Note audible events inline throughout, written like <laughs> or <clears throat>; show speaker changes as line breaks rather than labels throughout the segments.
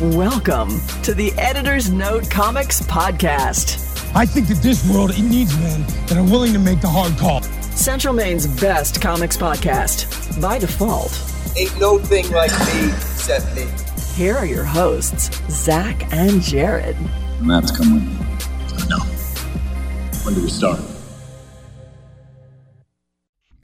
Welcome to the Editor's Note Comics Podcast,
I think that this world it needs men that are willing to make the hard call.
Central Maine's best comics podcast. By default,
Ain't no thing like me, except me.
here are your hosts, Zach and Jared.
Maps come with me. No. When do we start?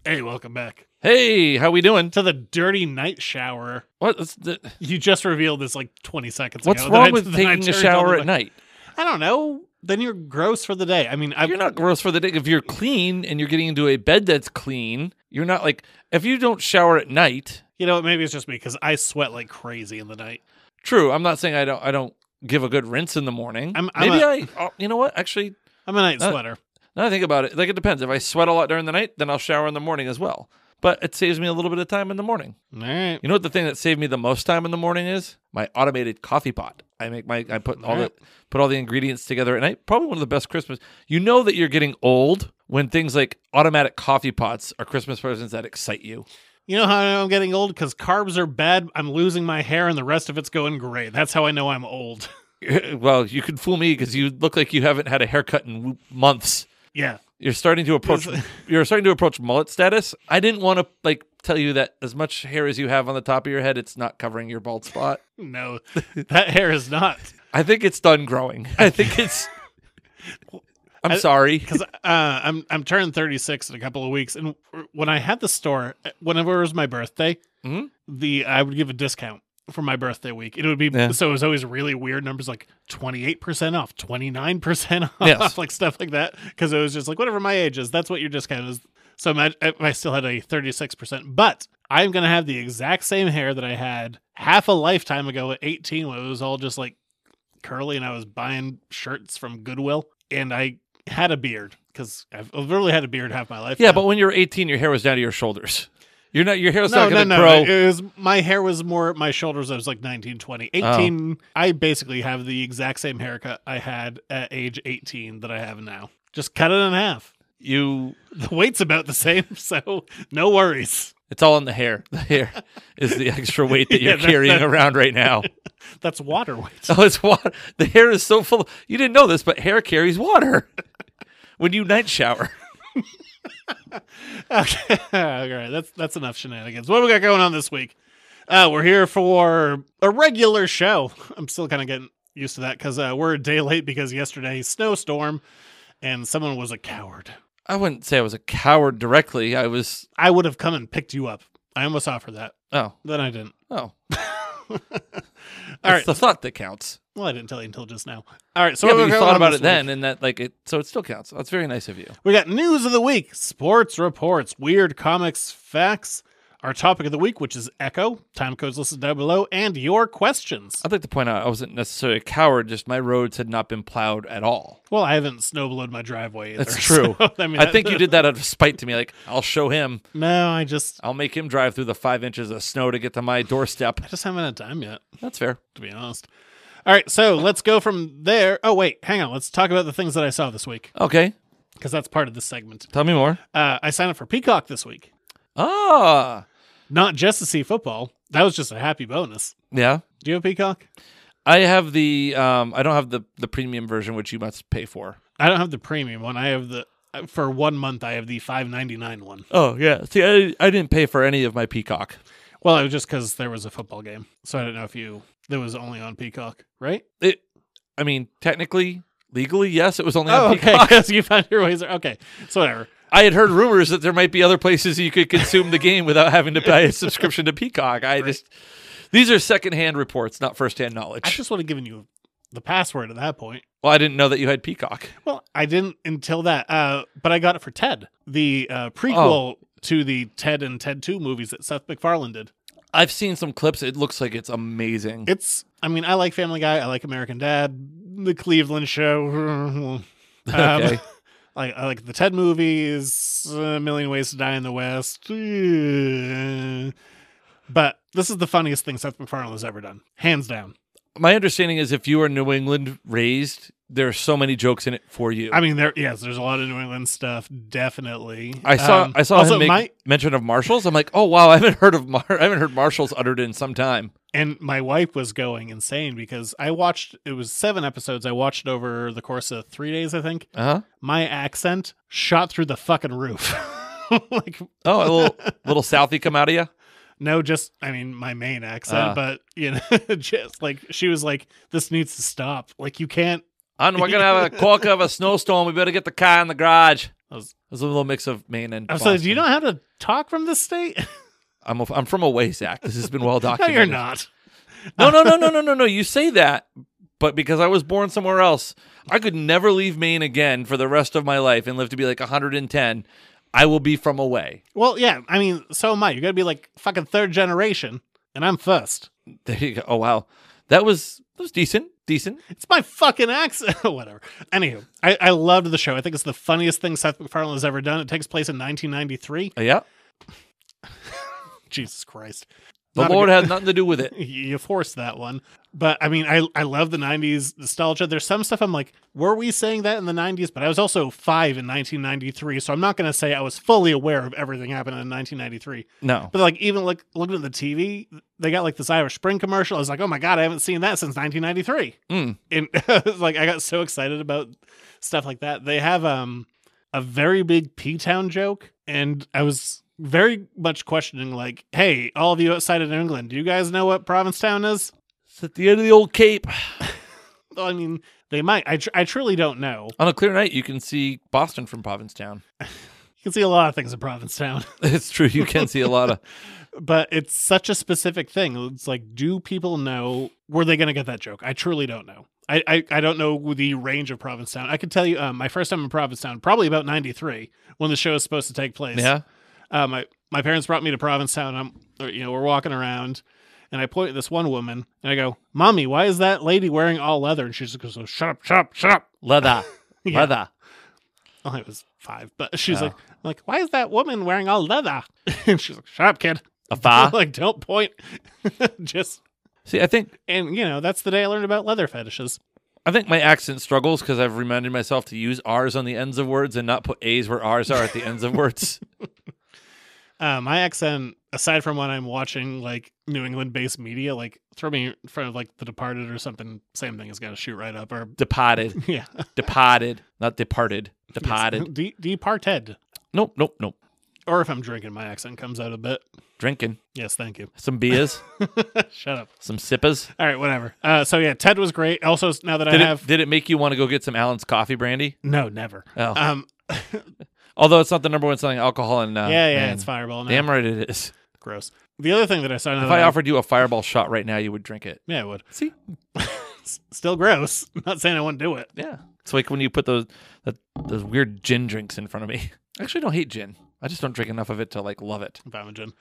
Hey, welcome back
Hey, how we doing?
to the dirty night shower.
What, what's the,
You just revealed this like 20 seconds
what's
ago. that I-
wrong with
<laughs> that I
taking a
turned on
shower
oh, the-
at night?
I don't know. Then you're gross for the day. I mean, I,
You're not gross for the day. If you're clean and you're getting into a bed that's clean, you're not like if you don't shower at night.
You know, what, maybe it's just me because I sweat like crazy in the night.
True, I'm not saying I don't. I don't give a good rinse in the morning.
I'm- I'm
Maybe
a-
I. oh, you know what? Actually,
I'm a night
Uh,
sweater.
now that I think about it. Like it depends. If I sweat a lot during the night, then I'll shower in the morning as well. But it saves me a little bit of time in the morning.
All right.
You know what the thing that saved me the most time in the morning is? My automated coffee pot. I make my I put all the put all the ingredients together and I probably one of the best Christmas. You know that you're getting old when things like automatic coffee pots are Christmas presents that excite you. <laughs>
You know how I know I'm getting old? Because carbs are bad. I'm losing my hair and the rest of it's going gray. That's how I know I'm old. <laughs>
well, you can fool me because you look like you haven't had a haircut in w- months.
yeah.
You're starting to approach you're starting to approach mullet status. I didn't want to like tell you that as much hair as you have on the top of your head, it's not covering your bald spot. <laughs>
No, that hair is not.
I think it's done growing. I think it's I'm
I-
sorry.
because uh, I'm I'm turning 36 in a couple of weeks, and when I had the store, uh, whenever it was my birthday,
Mhm.
the I would give a discount for my birthday week. It would be
Yeah.
so it was always really weird numbers like 28 percent off, 29 percent <laughs> off,
Yes.
like stuff like that. Because it was just like whatever my age is, that's what your discount is. So imagine if I still had a 36 percent, but I'm gonna have the exact same hair that I had half a lifetime ago at 18 when it was all just like curly and I was buying shirts from Goodwill and I had a beard because I've I've literally had a beard half my life.
Yeah,
now.
but when you were 18, your hair was down to your shoulders. You're not. Your hair's
no,
not
no,
going to
no.
grow.
It was, my hair was more at my shoulders. I was like 19, 20,
Oh.
18. I basically have the exact same haircut I had at age 18 that I have now. Just cut it in half.
you.
The weight's about the <laughs> same, so no worries.
It's all in the hair. The hair is the extra weight
<laughs>
that
Yeah,
you're
that-
carrying
that-
around right now.
That's water weight.
So it's water. The hair is so full. Of, you didn't know this, but hair carries water <laughs> when you night shower.
Okay. <laughs> All right. That's that's enough shenanigans. What do we got going on this week? Uh, we're here for a regular show. <laughs> I'm still kind of getting used to that because uh, we're a day late because yesterday snowstorm and someone was a coward.
I wouldn't say I was a coward directly. I was.
I would have come and picked you up. I almost offered that.
Oh,
Then I didn't.
oh. <laughs>
All
All it's
right.
the thought that counts.
well, I didn't tell you until just now. All right. So
So yeah,
what
but
we
you
got
thought
going on
about
this
it then, and that like it. So it still counts. That's very nice of you.
We got news of the week, sports reports, weird comics facts, our topic of the week, which is Echo, time codes listed down below, and your questions.
I'd like to point out I wasn't necessarily a coward. Just my roads had not been plowed at all.
Well, I haven't snowblowed my driveway. Either,
<laughs> That's true.
<laughs> so, I mean,
I think you did that out of spite to me. Like, I'll show him.
No, I just,
I'll make him drive through the five inches of snow to get to my doorstep.
I just haven't had time yet,
That's fair.
to be honest. All right, so let's go from there. Oh wait, hang on. Let's talk about the things that I saw this week
Okay.
because that's part of this segment.
Tell me more.
Uh, I signed up for Peacock this week,
Ah.
not just to see football. That was just a happy bonus.
Yeah.
Do you have Peacock?
I have the um I don't have the the premium version which you must pay for.
I don't have the premium one. I have the uh, for one month. I have the five ninety nine one.
Oh, yeah. See, I I didn't pay for any of my Peacock.
Well, it was just because there was a football game, so I don't know if you that was only on Peacock, right?
It I mean, technically, legally, yes, it was only
Oh,
on
okay. <laughs>
Peacock.
Because you found your ways. Okay, so whatever.
I had heard rumors that there might be other places you could consume the game without having to pay a subscription to Peacock. I just These are secondhand reports, not firsthand knowledge.
I just would have given you the password at that point.
well, I didn't know that you had Peacock.
Well, I didn't until that, uh, but I got it for Ted, the uh,
Oh.
prequel to the Ted and Ted Two movies that Seth MacFarlane did.
I've seen some clips. It looks like it's amazing.
It's, I mean, I like Family Guy, I like American Dad, the Cleveland
<laughs>
Show. Um,
Okay.
I, I like the Ted movies, A Million Ways to Die in the West. But this is the funniest thing Seth MacFarlane has ever done, hands down.
My understanding is if you are New England raised, there are so many jokes in it for you.
I mean, there yes, there's a lot of New England stuff, definitely.
I saw
Um,
I saw
also
him make
my
mention of marshals. I'm like, oh wow, I haven't heard of Mar- I haven't heard marshals uttered in some time.
And my wife was going insane because I watched it was seven episodes. I watched over the course of three days, I think.
Uh huh.
My accent shot through the fucking roof. <laughs> like
Oh, a
<laughs>
little little Southie come out of you.
no, just I mean my main accent,
Ah.
but you know, <laughs> just like she was like, "This needs to stop. Like you can't."
And we're gonna
<laughs>
have a quark of a snowstorm. We better get the car in the garage.
I was,
There's a little mix of Maine and.
I was like, "Do
Boston.
you know how to talk from this state?" <laughs>
I'm a, I'm from a way, Zach. This has been well
no,
documented.
you're not.
No, no, no, no, no, no, no. You say that, but because I was born somewhere else, I could never leave Maine again for the rest of my life and live to be like 110. I will be from away.
Well, yeah. I mean, so am I. You're gonna be like fucking third generation, and I'm first.
There you go. Oh wow, that was that was decent, decent.
It's my fucking accent. <laughs> Whatever. Anywho, I, I loved the show. I think it's the funniest thing Seth MacFarlane has ever done. It takes place in 1993.
Uh, yeah,
Jesus Christ.
the
Not a
Lord
good-
had nothing to do
<laughs>
with it.
you you forced that one. But I mean, I I love the '90s nostalgia. There's some stuff I'm like, were we saying that in the '90s? But I was also five in 1993, so I'm not gonna say I was fully aware of everything happening in 1993.
No,
But like, even like looking at the TV, they got like this Irish Spring commercial. I was like, oh my god, I haven't seen that since 1993.
Mm.
And <laughs> it's like, I got so excited about stuff like that. They have um a very big P Town joke, and I was very much questioning like, hey, all of you outside of New England, do you guys know what Provincetown is?
it's at the end of the old Cape.
Well, I mean, they might. I tr- I truly don't know.
On a clear night, you can see Boston from Provincetown. <laughs>
You can see a lot of things in Provincetown.
It's true. You can see a
<laughs>
lot of.
but it's such a specific thing. It's like, do people know? Were they going to get that joke? I truly don't know. I, I, I don't know the range of Provincetown. I could tell you, um, my first time in Provincetown, probably about '93, when the show is supposed to take place.
Yeah.
Uh, my my parents brought me to Provincetown. I'm, or, you know, we're walking around, and I point at this one woman, and I go, "Mommy, why is that lady wearing all leather?" And she's like, "So "Oh, shut up, shut up, shut up."
Leather.
<laughs> Yeah.
Leather.
Well, I was five, but she's
Oh.
like, I'm like, why is that woman wearing all leather? <laughs> and she's like, shut up, kid.
A fa.
<laughs> like, don't point. Just
See, I think
and you know that's the day I learned about leather fetishes.
I think my accent struggles because I've reminded myself to use R's on the ends of words and not put A's where R's are at the ends
<laughs>
of words.
Uh, my accent, aside from when I'm watching like New England-based media, like throw me in front of like The Departed or something, same thing has got to shoot right up. Or <laughs>
Departed.
yeah,
Departed. Not departed.
<laughs>
Departed.
De- departed.
Nope, nope, nope.
Or if I'm drinking, my accent comes out a bit.
Drinking.
Yes, thank you.
Some beers.
<laughs> Shut up.
some sippers.
All right, whatever. Uh, so yeah, Ted was great. Also, now that
Did
I have
it, did it make you want to go get some Allen's coffee brandy?
no, never.
Oh.
Um,
Although it's not the number one selling alcohol in uh,
yeah, yeah,
Maine.
it's Fireball. Now.
Damn right it is.
gross. The other thing that I saw now
If
that I-
I offered you a fireball shot right now, you would drink it.
yeah, I would.
See?
S- Still gross. <laughs> not saying I wouldn't do it.
Yeah. It's like when you put those that, those weird gin drinks in front of me. <laughs> I actually don't hate gin. I just don't drink enough of it to like love it.
If I'm a gin.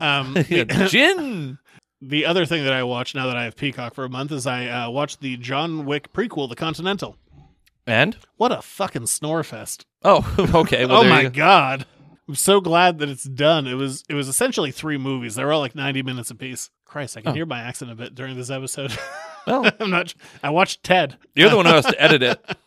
Um,
<laughs> Yeah,
the,
gin.
the other thing that I watched now that I have Peacock for a month is I uh, watched the John Wick prequel, The Continental.
And
What a fucking snore fest!
oh, <laughs> okay. Well,
oh
there
my
you go.
god. I'm so glad that it's done. It was it was essentially three movies. They were all like 90 minutes apiece. Christ, I can
Oh.
hear my accent a bit during this episode. <laughs>
Well,
I'm not. I watched Ted,
Oh, you're the one who has to edit <laughs> it.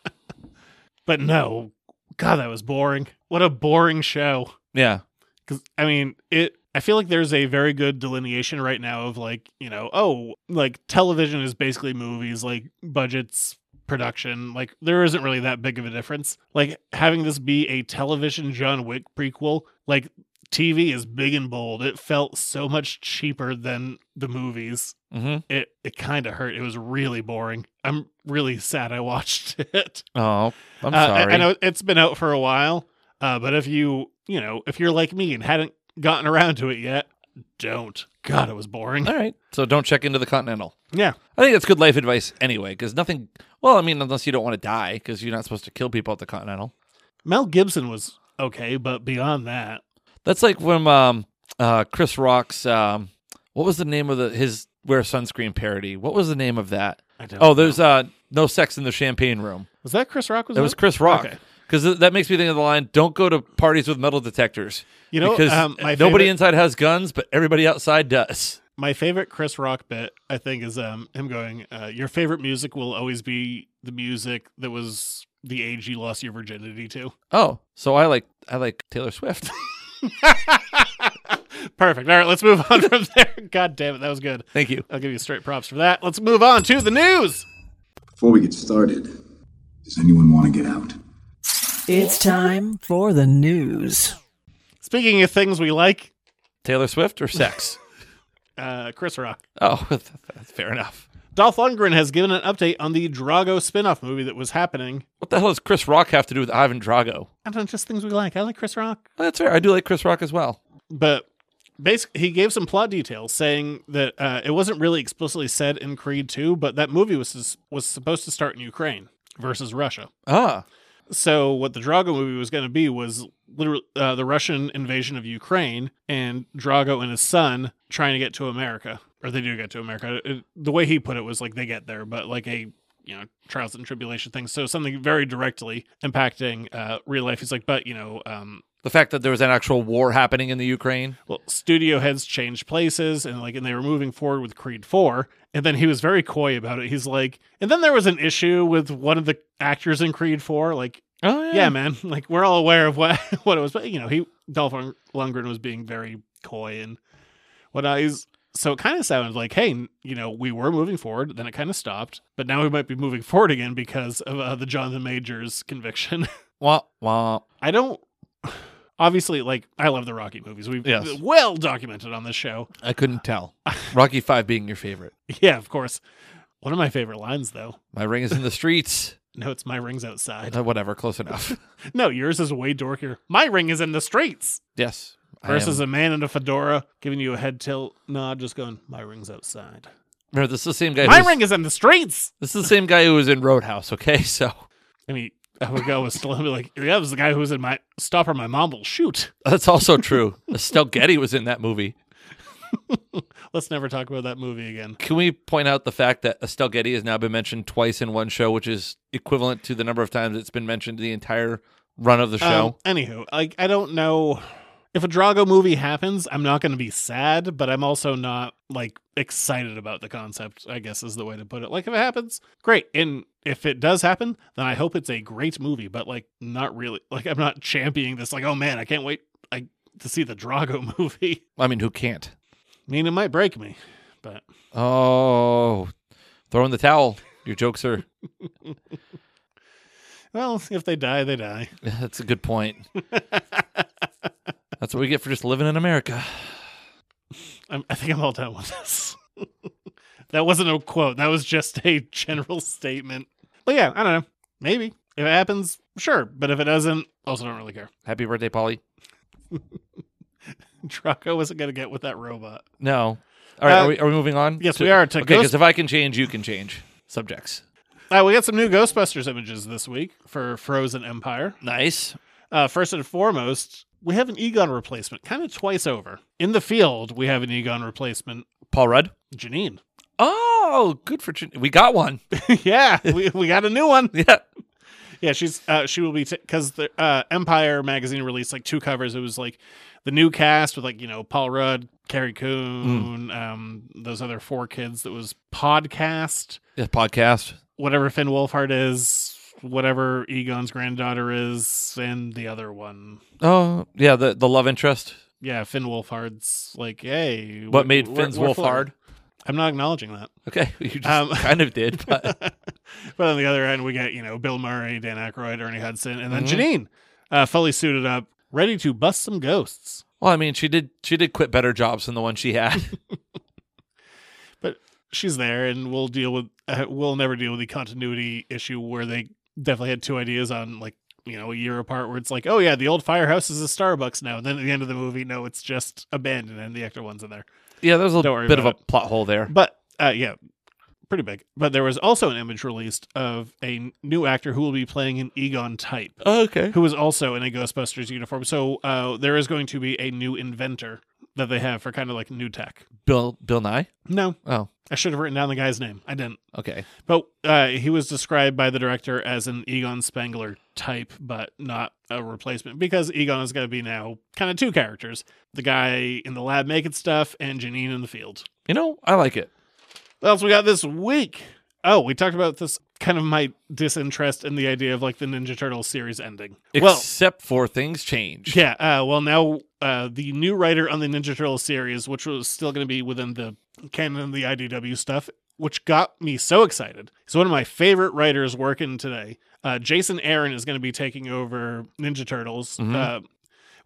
but no, God, that was boring. What a boring show.
Yeah.
Because I mean, it. I feel like there's a very good delineation right now of like you know, oh, like television is basically movies, like budgets, production. Like there isn't really that big of a difference. Like having this be a television John Wick prequel, like TV is big and bold. It felt so much cheaper than the movies.
hmm
It it kind of hurt. It was really boring. I'm really sad I <laughs> watched it.
Oh, I'm
Uh,
sorry.
I, I know it's been out for a while, uh, but if you, you know, if you're like me and hadn't gotten around to it yet, don't. God, it was boring.
All right. So don't check into the Continental.
Yeah.
I think that's good life advice anyway, because nothing. Well, I mean, unless you don't want to die, because you're not supposed to kill people at the Continental.
Mel Gibson was okay, but beyond that,
That's like when um, uh, Chris Rock's um, what was the name of the his wear sunscreen parody? What was the name of that?
I don't.
Oh, there's uh, no sex in the champagne room.
was that Chris Rock? Was
That
in
was
it?
Chris Rock.
Mm-hmm. Okay.
Because that makes me think of the line: "Don't go to parties with metal detectors."
You know,
because
um, my
nobody
favorite-
inside has guns, but everybody outside does.
My favorite Chris Rock bit, I think, is um him going, uh, "Your favorite music will always be the music that was the age you lost your virginity to."
Oh, so I like I like Taylor Swift.
<laughs> Perfect. All right, let's move on <laughs> from there. God damn it, that was good.
<laughs>
<laughs>
Thank you.
I'll give you straight props for that. Let's move on to the news.
Before we get started, does anyone want to get out?
It's time for the news.
Speaking of things we like,
Taylor Swift or sex? <laughs>
uh, Chris Rock.
oh, <laughs> that's fair enough.
Dolph Lundgren has given an update on the Drago spin-off movie that was happening.
What the hell does Chris Rock have to do with Ivan Drago?
I don't know, just things we like. I like Chris Rock.
Well, that's fair. I do like Chris Rock as well.
But basically, he gave some plot details saying that uh, it wasn't really explicitly said in Creed 2, but that movie was was supposed to start in Ukraine versus Russia.
Ah,
So what the Drago movie was going to be was literally uh, the Russian invasion of Ukraine and Drago and his son trying to get to America, or they do get to America. It- the way he put it was like they get there, but like a you know trials and tribulation thing. So something very directly impacting uh, real life. He's like, but you know, um,
the fact that there was an actual war happening in the Ukraine.
well, studio heads changed places and like and they were moving forward with Creed 4 and then he was very coy about it. He's like and then there was an issue with one of the actors in Creed 4 like
Oh
yeah man, <laughs> like we're all aware of what <laughs> what it was but you know, he Dolph Lund- Lundgren was being very coy and what I he's so it kind of sounded like hey, you know, we were moving forward, then it kind of stopped, but now we might be moving <laughs> forward again because of uh, the Jonathan Majors conviction. <laughs>
Wah, wah.
I don't. <sighs> Obviously, like I love the Rocky movies. We've
Yes.
well documented on this show. <laughs>
I couldn't tell. <laughs> Rocky Five being your favorite.
Yeah, of course. One of my favorite lines, though.
My ring is in
<laughs>
the streets.
No, it's my ring's outside.
Uh, whatever,
<laughs>
close enough. <laughs>
No, yours is way dorkier. My ring is in the streets.
Yes. I am-
Versus a man in a fedora giving you a head tilt nod, just going, "My ring's outside.
remember this is the same guy.
my
who's-
ring is in the streets."
This is the same guy who was in Roadhouse. Okay, <laughs> so
I mean, <laughs> I would go with still be like, "Yeah, it was the guy who was in my stop or my mom will shoot."
that's also true.
<laughs>
Estelle Getty was in that movie.
Let's never talk about that movie again.
Can we point out the fact that Estelle Getty has now been mentioned twice in one show, which is equivalent to the number of times it's been mentioned the entire run of the show?
Um, anywho, like I don't know if a Drago movie happens, I'm not going to be sad, but I'm also not like excited about the concept. I guess is the way to put it. Like if it happens, great, and if it does happen, then I hope it's a great movie. But like, not really. Like I'm not championing this. Like, oh man, I can't wait. I to see the Drago <laughs> movie.
I mean, who can't?
I mean, it might break me, but
Oh, throw in the towel. Your jokes are.
well, if they die, they die.
<laughs> That's a good point. That's what we get for just living in America.
I'm, I think I'm all done with this. <laughs> that wasn't a quote. That was just a general statement. But yeah, I don't know. Maybe if it happens, sure. But if it doesn't, also don't really care. <laughs>
Happy birthday, Polly.
Draco wasn't gonna get with that robot.
No. All right,
Uh,
are, we, are we moving on?
yes, we are to
okay, because
Ghost-
if I can change, you can change subjects.
Uh, we got some new Ghostbusters images this week for Frozen Empire.
Nice.
Uh, first and foremost, we have an Egon replacement, kind of twice over. In the field, we have an Egon replacement,
Paul Rudd.
Janine. <laughs>
Oh, good for Jan- we got one.
yeah, we, we got a new <laughs> one.
<laughs> yeah.
Yeah, she's uh, she will be because the uh, Empire magazine released like two covers. It was like the new cast with like you know Paul Rudd, Carrie Coon,
Mm.
um, those other four kids. That was podcast,
This podcast.
whatever Finn Wolfhard is, whatever Egon's granddaughter is, and the other one.
Oh, yeah, the the love interest.
Yeah, Finn Wolfhard's like, hey,
What made
we're-
Finn's
we're
wolf
flirting.
hard?
I'm not acknowledging that.
Okay, <laughs> you just
Um, <laughs>
kind of did, but
But on the other end, we get you know Bill Murray, Dan Aykroyd, Ernie Hudson, and then
Mhm.
Janine, uh, fully suited up, ready to bust some ghosts.
well, I mean, she did she did quit better jobs than the one she had. <laughs>
she's there and we'll deal with uh, we'll never deal with the continuity issue where they definitely had two ideas on like you know a year apart where it's like oh yeah the old firehouse is a starbucks now and then at the end of the movie no it's just abandoned and the extra one's in there
yeah, there's a
Don't worry
bit of a
about
plot hole there.
but uh yeah pretty big but there was also an image released of a n- new actor who will be playing an egon type
Okay.
who is also in a ghostbusters uniform so uh there is going to be a new inventor that they have for kind of like new tech
Bill Bill Nye?
no
Oh,
i should have written down the guy's name i didn't
okay.
But uh, he was described by the director as an Egon Spengler type, but not a replacement because Egon is going to be now kind of two characters the guy in the lab making stuff and Janine in the field.
You know, I like it.
What else we got this week? Oh, we talked about this kind of my disinterest in the idea of like the Ninja Turtles series ending. well,
Except for things change.
yeah. Uh, well, now uh, the new writer on the Ninja Turtle series, which was still going to be within the canon of the IDW stuff, which got me so excited. He's one of my favorite writers working today. Uh, Jason Aaron is going to be taking over Ninja Turtles. Uh,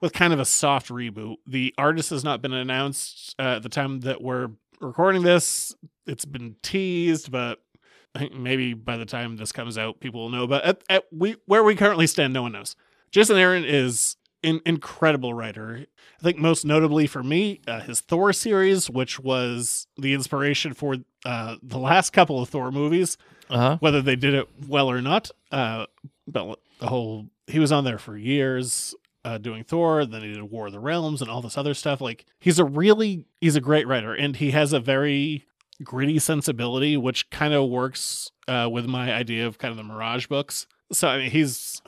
with kind of a soft reboot. The artist has not been announced uh, at the time that we're recording this. It's been teased, but I think maybe by the time this comes out, people will know. But at, at we where we currently stand, no one knows. Jason Aaron is an incredible writer. I think most notably for me, uh, his Thor series, which was the inspiration for uh, the last couple of Thor movies,
Uh-huh.
whether they did it well or not. Uh, but the whole he was on there for years uh, doing Thor. Then he did War of the Realms and all this other stuff. Like he's a really he's a great writer, and he has a very gritty sensibility, which kind of works uh, with my idea of kind of the Mirage books. So I mean, he's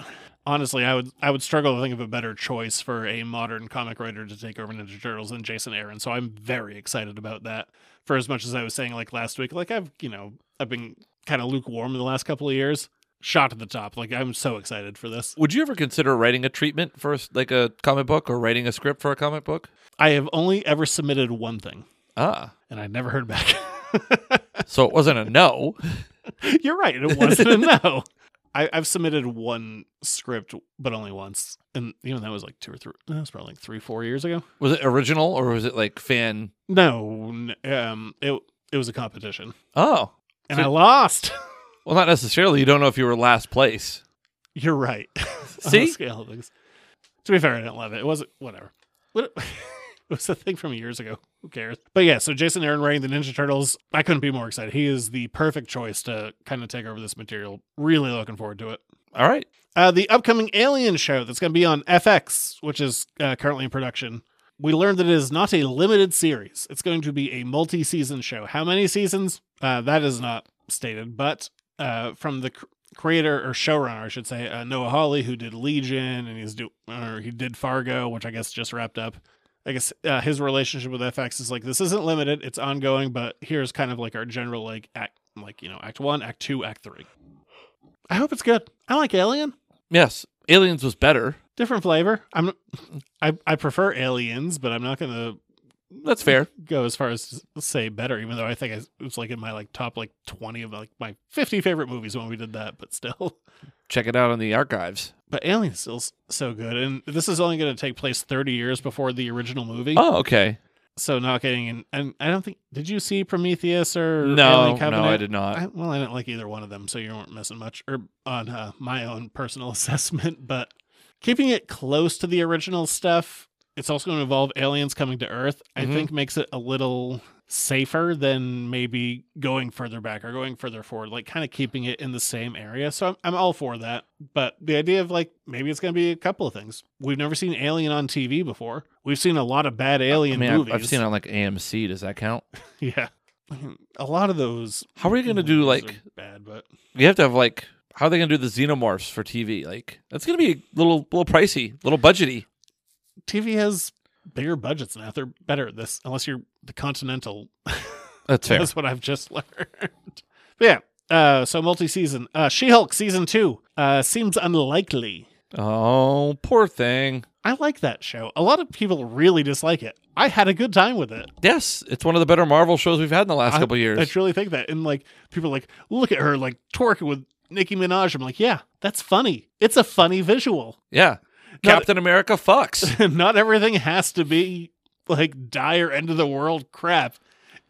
honestly, I would I would struggle to think of a better choice for a modern comic writer to take over Ninja Turtles than Jason Aaron. So I'm very excited about that. For as much as I was saying like last week, like I've you know I've been kind of lukewarm the last couple of years. Shot to the top. Like I'm so excited for this.
Would you ever consider writing a treatment for s- like a comic book or writing a script for a comic book?
I have only ever submitted one thing,
Ah,
and I never heard back.
<laughs>
<laughs>
so it wasn't a no.
You're right. It wasn't a no. I, I've submitted one script, but only once, and even that was like two or three. That was probably like three, four years ago.
Was it original or was it like fan?
No, n- um, it it was a competition,
Oh,
and
So-
I lost. <laughs>
well, not necessarily. You don't know if you were last place.
You're right. <laughs> On the
See?
scale of things. To be fair, I didn't love it. It wasn't whatever. What, <laughs> it was a thing from years ago. Who cares? But yeah, so Jason Aaron writing the Ninja Turtles, I couldn't be more excited. He is the perfect choice to kind of take over this material. Really looking forward to it.
All right.
Uh, the upcoming Alien show that's going to be on FX, which is uh, currently in production. We learned that it is not a limited series. It's going to be a multi season show. How many seasons? Uh, that is not stated, but uh, from the cr- creator or showrunner, I should say, uh, Noah Hawley, who did Legion and he's do- or he did Fargo, which I guess just wrapped up. I guess uh, his relationship with FX is like this isn't limited, it's ongoing, but here's kind of like our general like act, like you know, act one, act two, act three. I hope it's good. I like Alien
Yes, Aliens was better.
different flavor. I'm I I prefer aliens, but I'm not gonna
That's fair.
go as far as to say better, even though I think it was like in my like top like twenty of like my fifty favorite movies when we did that, but still. <laughs>
Check it out on the archives.
But Alien's still s- so good, and this is only going to take place thirty years before the original movie.
Oh, okay.
So not getting in, and I don't think did you see Prometheus or
No,
Alien
no,
Covenant?
I did not.
I, well, I didn't like either one of them, so you weren't missing much. Or on uh, my own personal <laughs> assessment, but keeping it close to the original stuff, it's also going to involve aliens coming to Earth. I
Mhm.
think makes it a little safer than maybe going further back or going further forward, like kind of keeping it in the same area. So I'm, I'm all for that. But the idea of like maybe it's going to be a couple of things. We've never seen Alien on TV before. We've seen a lot of bad
I
Alien
mean, I've,
movies.
I've seen it on like AMC. Does that count?
<laughs> Yeah. I mean, A lot of Mm, those.
How are you going to do
movies
like?
are bad, but
You have to have like. How are they going to do the xenomorphs for TV? Like that's going to be a little, little pricey, little budgety.
TV has bigger budgets now. They're better at this, unless you're the Continental. <laughs>
That's fair.
That's what I've just <laughs> learned. But yeah. Uh, so multi season. Uh, she Hulk season two uh, seems unlikely.
<laughs> Oh, poor thing.
I like that show. A lot of people really dislike it. I had a good time with it.
Yes, it's one of the better Marvel shows we've had in the last
I-
couple years.
I truly think that. And like people are like, look at her like twerking with Nicki Minaj. I'm like, yeah, that's funny. It's a funny visual.
yeah, Captain America
<laughs>
fucks.
not everything has to be like dire end of the world crap.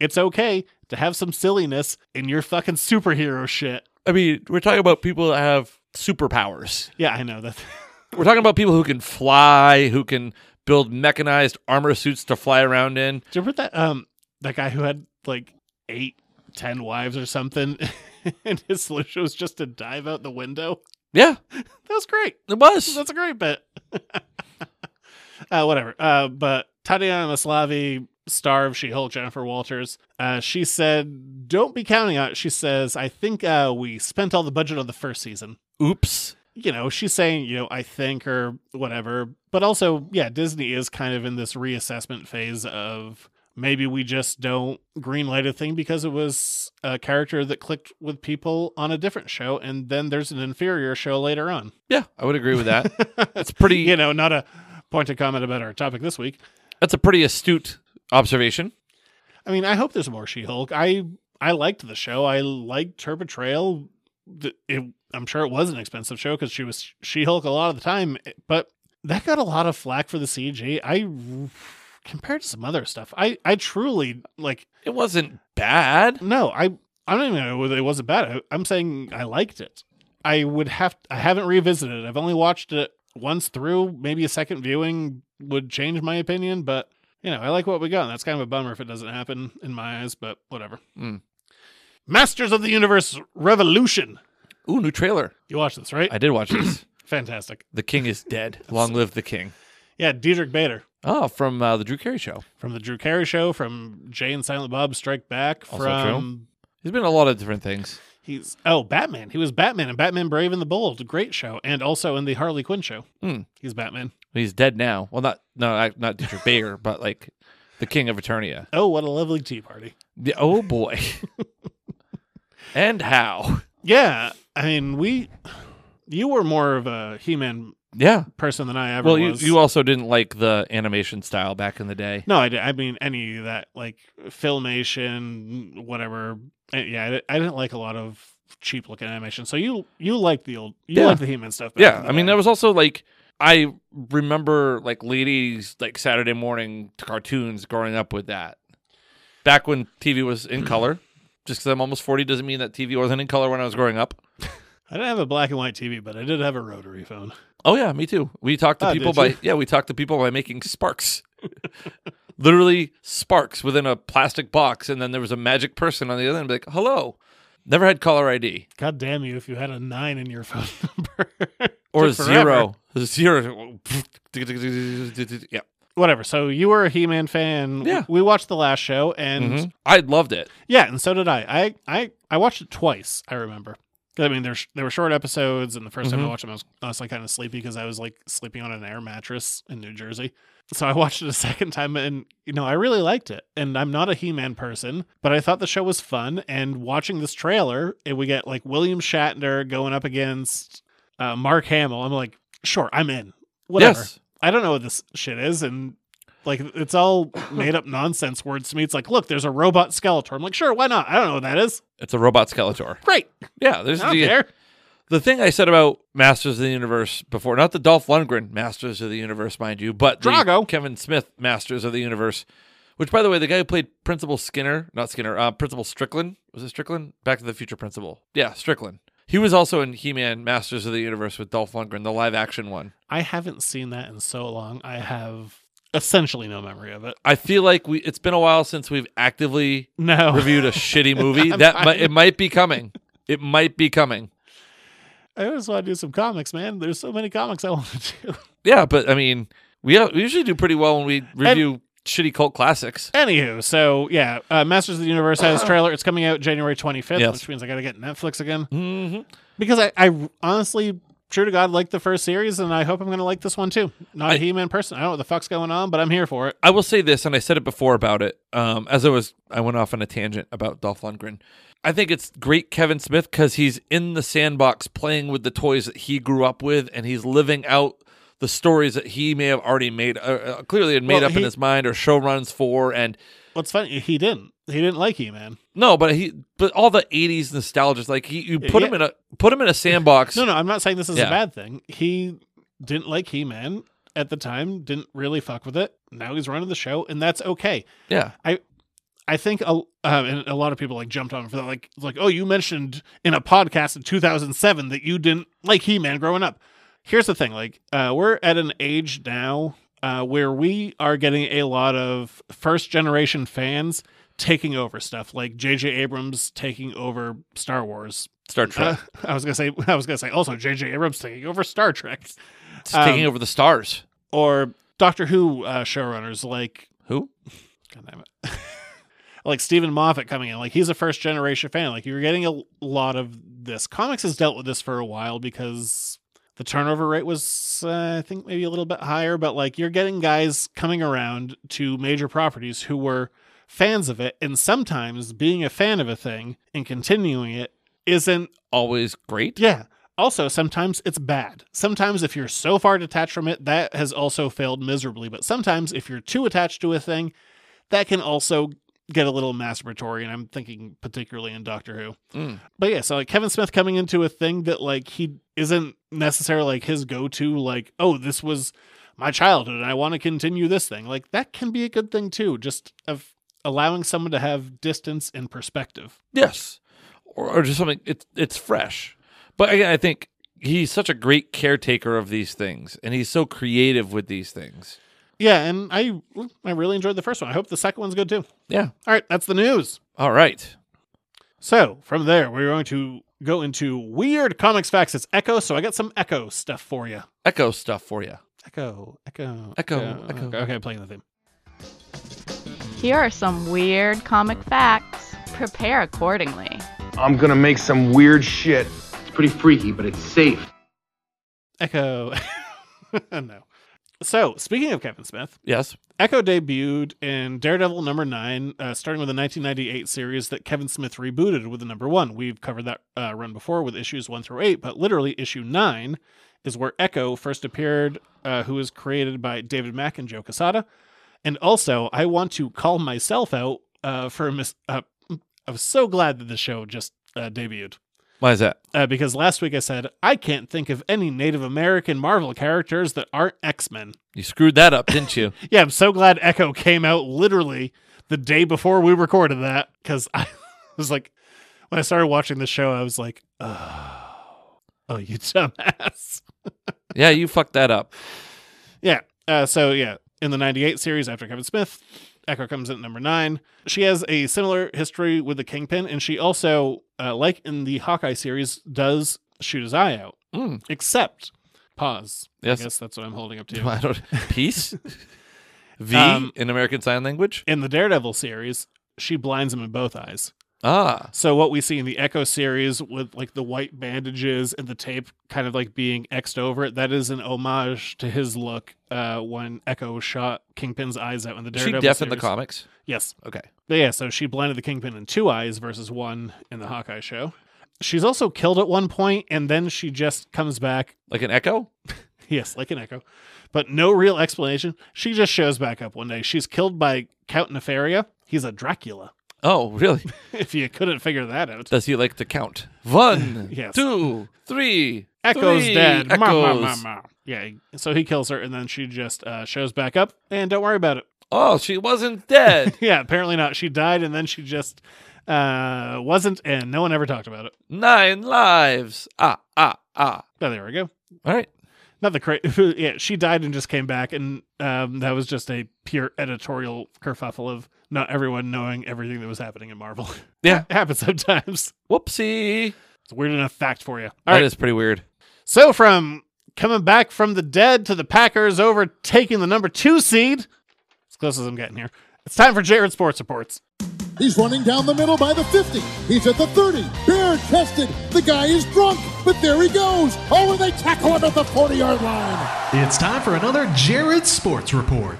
It's okay to have some silliness in your fucking superhero shit.
<laughs> I mean, we're talking about people that have superpowers.
Yeah, I know that. <laughs>
We're talking about people who can fly, who can build mechanized armor suits to fly around in.
Do you remember that um that guy who had like eight, ten wives or something, <laughs> and his solution was just to dive out the window?
Yeah,
That was great.
it was.
<laughs> That's a great bit. uh, whatever. Uh, but Tatiana Maslavi, star of She Hulk, Jennifer Walters, uh, she said, Don't be counting on it. She says, I think uh, we spent all the budget on the first season.
Oops.
You know, she's saying, you know, I think or whatever. But also, yeah, Disney is kind of in this reassessment phase of maybe we just don't greenlight a thing because it was a character that clicked with people on a different show. And then there's an inferior show later on.
<laughs> Yeah, I would agree with that. It's
<laughs>
pretty.
you know, not a pointed comment about our topic this week.
That's a pretty astute observation.
I mean, I hope there's more She-Hulk. I I liked the show. I liked her portrayal. The- It, I'm sure it was an expensive show because she was She-Hulk a lot of the time, eh, but that got a lot of flack for the CG. I compared to some other stuff, I I truly like
It wasn't bad.
no, I I don't even know whether it wasn't bad. I, I'm saying I liked it. I would have I haven't revisited it. I've only watched it once through. Maybe a second viewing would change my opinion, but you know, I like what we got. And that's kind of a bummer if it doesn't happen in my eyes, but whatever.
Mm.
Masters of the Universe Revolution.
Ooh, new trailer.
You watched this, right?
I did watch this.
Fantastic.
the king is dead. Long live the king.
Yeah, Diedrich Bader
Oh, from uh, the Drew Carey show.
from the Drew Carey show, from Jay and Silent Bob Strike Back,
Also
from
He's been in a lot of different things.
He's oh Batman. He was Batman and Batman Brave and the Bold. Great show, and also in the Harley Quinn show.
Hmm.
He's Batman.
He's dead now. Well, not no, I- not Dietrich Bayer, <laughs> but like the king of Eternia.
Oh, what a lovely tea party!
The, oh boy. <laughs> and how?
Yeah, I mean we, you were more of a He-Man
Yeah.
person than I ever
Well, you,
was.
you also didn't like the animation style back in the day.
no, I, di- I mean any of that like filmation, whatever. Uh, Yeah, I, di- I didn't like a lot of cheap looking animation. So you you liked the old you
Yeah.
liked the He-Man stuff. back
yeah,
in the
I mean
day.
there was also like I remember like ladies like Saturday morning cartoons growing up with that. Back when TV
<clears throat>
was in color. Just because I'm almost 40 doesn't mean that TV wasn't in color when I was growing up.
I didn't have a black and white TV, but I did have a rotary phone.
Oh yeah, me too. We talked to
Oh,
people
did
by
you?
yeah, we talked to people by making sparks. <laughs> Literally sparks within a plastic box, and then there was a magic person on the other end, be like, "Hello." Never had caller ID
God damn you if you had a nine in your phone <laughs> number.
or
Took forever.
zero, zero. <laughs> yeah,
whatever. So you were a He-Man fan.
Yeah.
We, we watched the last show and
Mhm. I loved it.
yeah, and so did I. I I I watched it twice, I remember. 'Cause, I mean, there's there were short episodes, and the 1st time I
Mhm.
watched them, I was honestly kind of sleepy because I was like sleeping on an air mattress in New Jersey. So I <laughs> watched it a second time, and you know, I really liked it. And I'm not a He-Man person, but I thought the show was fun. And watching this trailer, and we get like William Shatner going up against uh, Mark Hamill. I'm like, sure, I'm in. Whatever.
Yes,
I don't know what this shit is, and like it's
<coughs>
all made up nonsense words to me. It's like, look, there's a robot Skeletor. I'm like, sure, why not? I don't know what that is.
it's a robot Skeletor.
Great,
Yeah, there's
I don't
the
care.
the thing I said about Masters of the Universe before, not the Dolph Lundgren Masters of the Universe, mind you, but the
Drago.
Kevin Smith Masters of the Universe. Which, by the way, the guy who played Principal Skinner, not Skinner, uh, Principal Strickland was it Strickland? Back to the Future Principal, yeah, Strickland. He was also in He-Man Masters of the Universe with Dolph Lundgren, the live-action one.
I haven't seen that in so long. I have essentially no memory of it. <laughs>
I feel like we it's been a while since we've actively
No.
reviewed a shitty movie. That might, it might be coming. It might be coming.
I always want to do some comics, man. There's so many comics I <laughs> want to do.
Yeah, but I mean, we, we usually do pretty well when we review shitty cult classics.
Anywho, so yeah, uh, Masters of the Universe
<coughs>
has trailer. It's coming out January 25th,
Yes.
which means I got to get Netflix again.
Mm-hmm.
Because I, I honestly, true to God, liked the first series, and I hope I'm going to like this one too. Not a
I-
He Man person. I don't know what the fuck's going on, but I'm here for it.
I will say this, and I said it before about it. Um, as I was, I went off on a tangent about Dolph Lundgren. I think it's great Kevin Smith because he's in the sandbox playing with the toys that he grew up with, and he's living out the stories that he may have already made, uh, uh, clearly had made
Well,
up in
he-
his mind or showruns for, and
What's funny, he didn't. He didn't like He Man.
no, but he, but all the '80s nostalgia, like he, you put him
Yeah.
in a put him in a sandbox.
No, no, I'm not saying this is a
Yeah.
bad thing. He didn't like He Man at the time, didn't really fuck with it. Now he's running the show, and that's okay.
Yeah,
I think a, um, and a lot of people like jumped on him for that. Like, like, oh, you mentioned in a podcast in 2007 that you didn't like He Man growing up. Here's the thing: like, uh, we're at an age now uh, where we are getting a lot of first generation fans taking over stuff, like J.J. Abrams taking over Star Wars.
Star Trek,
Uh, I was gonna say, <laughs> I was gonna say, also J.J. Abrams taking over Star Trek
it's
um,
taking over the stars.
or Doctor Who uh, showrunners like
Who?
God damn it. <laughs> like Stephen Moffat coming in, like he's a first generation fan. Like you're getting a lot of this. Comics has dealt with this for a while because the turnover rate was, uh, I think, maybe a little bit higher. But like you're getting guys coming around to major properties who were fans of it, and sometimes being a fan of a thing and continuing it isn't
Always great.
yeah. Also, sometimes it's bad. Sometimes, if you're so far detached from it, that has also failed miserably. But sometimes, if you're too attached to a thing, that can also get a little masturbatory. And I'm thinking particularly in Doctor Who.
Mm.
But yeah, so like Kevin Smith coming into a thing that like he isn't necessarily like his go to, like, oh, this was my childhood and I want to continue this thing. Like, that can be a good thing too, just of allowing someone to have distance and perspective.
Yes, or, or just something. It's it's fresh, but again, I think he's such a great caretaker of these things, and he's so creative with these things.
Yeah, and I I really enjoyed the first one. I hope the second one's good too.
Yeah.
All right, that's the news.
All right.
So from there, we're going to go into weird comics facts. It's Echo, so I got some Echo stuff for you.
Echo stuff for you.
Echo, Echo,
Echo, Echo.
Okay, okay, playing the theme.
Here are some weird comic facts. Prepare accordingly.
I'm gonna make some weird shit.
It's pretty freaky, but it's safe.
Echo. <laughs> no. So speaking of Kevin Smith,
Yes.
Echo debuted in Daredevil number nine, uh, starting with the 1998 series that Kevin Smith rebooted with the number one. We've covered that uh, run before with issues one through eight, but literally issue nine is where Echo first appeared, uh, who was created by David Mack and Joe Casada. And also, I want to call myself out uh, for a mis- uh, I was so glad that the show just uh, debuted
Why is that?
uh, because last week I said I can't think of any Native American Marvel characters that aren't X Men.
You screwed that up, didn't <laughs> you?
Yeah, I'm so glad Echo came out literally the day before we recorded that because I <laughs> was like, when I started watching the show, I was like, oh, oh you <laughs> dumbass.
yeah, you fucked that up.
Yeah. Uh, so yeah, in the '98 series after Kevin Smith, Echo comes in at number nine. She has a similar history with the Kingpin, and she also, uh, like in the Hawkeye series, does shoot his eye out.
Mm.
Except, pause.
Yes.
I guess that's what I'm holding up to.
<laughs> I don't. <laughs> Peace. v
Um,
in American Sign Language.
In the Daredevil series, she blinds him in both eyes.
Ah,
So what we see in the Echo series with like the white bandages and the tape kind of like being X'd over it, that is an homage to his look uh, when Echo shot Kingpin's eyes out in the
Is she
Daredevil
deaf in
series.
the comics.
Yes.
Okay.
But yeah, so she blinded the Kingpin in two eyes versus one in the Hawkeye show. She's also killed at one point, and then she just comes back,
Like an echo.
yes, like an Echo, but no real explanation. She just shows back up one day. She's killed by Count Nefaria. He's a Dracula, <laughs>
Oh, really?
if you couldn't figure that out.
Does he like to count? One,
<laughs> Yes.
two, three.
Echo's
three
dead. Ma,
Echoes.
ma, ma, ma. Yeah, so he kills her, and then she just uh, shows back up, and don't worry about it.
Oh, she wasn't dead.
<laughs> Yeah, apparently not. She died, and then she just uh, wasn't, and no one ever talked about it.
Nine lives. Ah, ah, ah.
Oh, there we go.
All right.
Not the cra- <laughs> yeah, she died and just came back, and um, that was just a pure editorial kerfuffle of not everyone knowing everything that was happening in Marvel. <laughs>
Yeah.
it happens sometimes.
Whoopsie.
It's a weird enough fact for you. All right.
That is pretty weird.
So from coming back from the dead to the Packers overtaking the number two seed, as close as I'm getting here. It's time for Jared Sports Reports.
He's running down the middle by the 50. He's at the 30. Bear tested. The guy is drunk, but there he goes. Oh, and they tackle him at the 40 yard line.
It's time for another Jared Sports Report.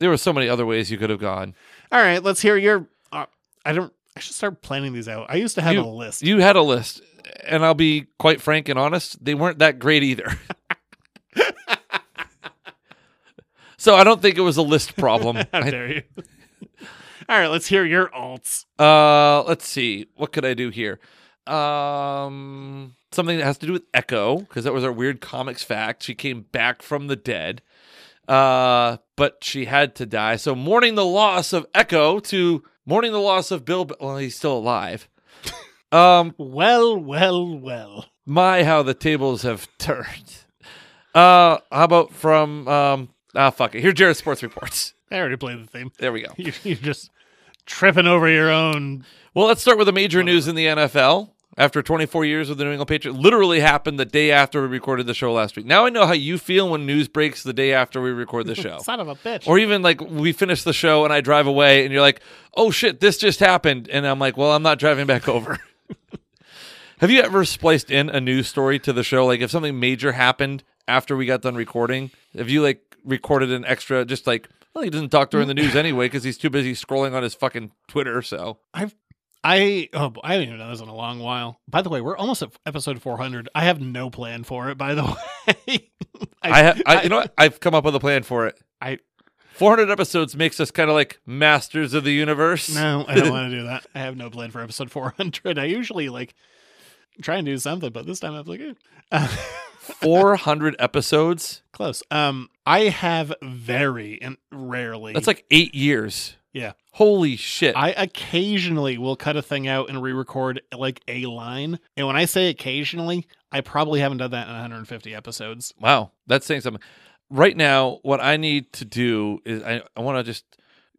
There were so many other ways you could have gone.
All right, let's hear your. Uh, I don't. I should start planning these out. I used to have
you,
a list.
You had a list, and I'll be quite frank and honest, they weren't that
<laughs>
great either. <laughs> so I don't think it was a
<laughs>
list problem.
How
I-
dare you? All right, let's hear your alts.
uh, let's see. What could I do here? Um, something that has to do with Echo because that was our weird comics fact. She came back from the dead, uh, but she had to die. So mourning the loss of Echo to mourning the loss of Bill. Well, he's still alive. Um,
Well, well, well.
My, how the tables have <laughs> turned. Uh, how about from um? Ah, fuck it. Here's Jared Sports reports.
I already played the theme. <laughs>
There we go.
You, you're just tripping over your own.
Well, let's start with the major news in the NFL. After 24 years with the New England Patriots, literally happened the day after we recorded the show last week. Now I know how you feel when news breaks the day after we
<laughs>
record the show,
Son of a bitch.
or even like we finish the show and I drive away, and you're like, "Oh shit, this just happened," and I'm like, "Well, I'm not driving back <laughs> over." Have you ever spliced in a news story to the show? Like if something major happened after we got done recording, have you like recorded an extra just like, well, he doesn't talk during the news anyway because he's too busy scrolling on his fucking Twitter. So
I've I oh I haven't even done this in a long while. By the way, we're almost at episode 400. I have no plan for it. By the <laughs> way,
I, ha- <laughs> I, you know what? I've come up with a plan for it.
I-
400 episodes makes us kind of like masters of the universe.
No, I don't want to do that. I have no plan for episode 400. I usually like try and do something, but this time I was like, eh. <laughs> Uh,
400 episodes.
close. Um, I have very and rarely.
That's like eight years.
yeah.
Holy shit!
I occasionally will cut a thing out and re-record like a line. And when I say occasionally, I probably haven't done that in 150 episodes.
wow, that's saying something. Right now, what I need to do is I, I want to just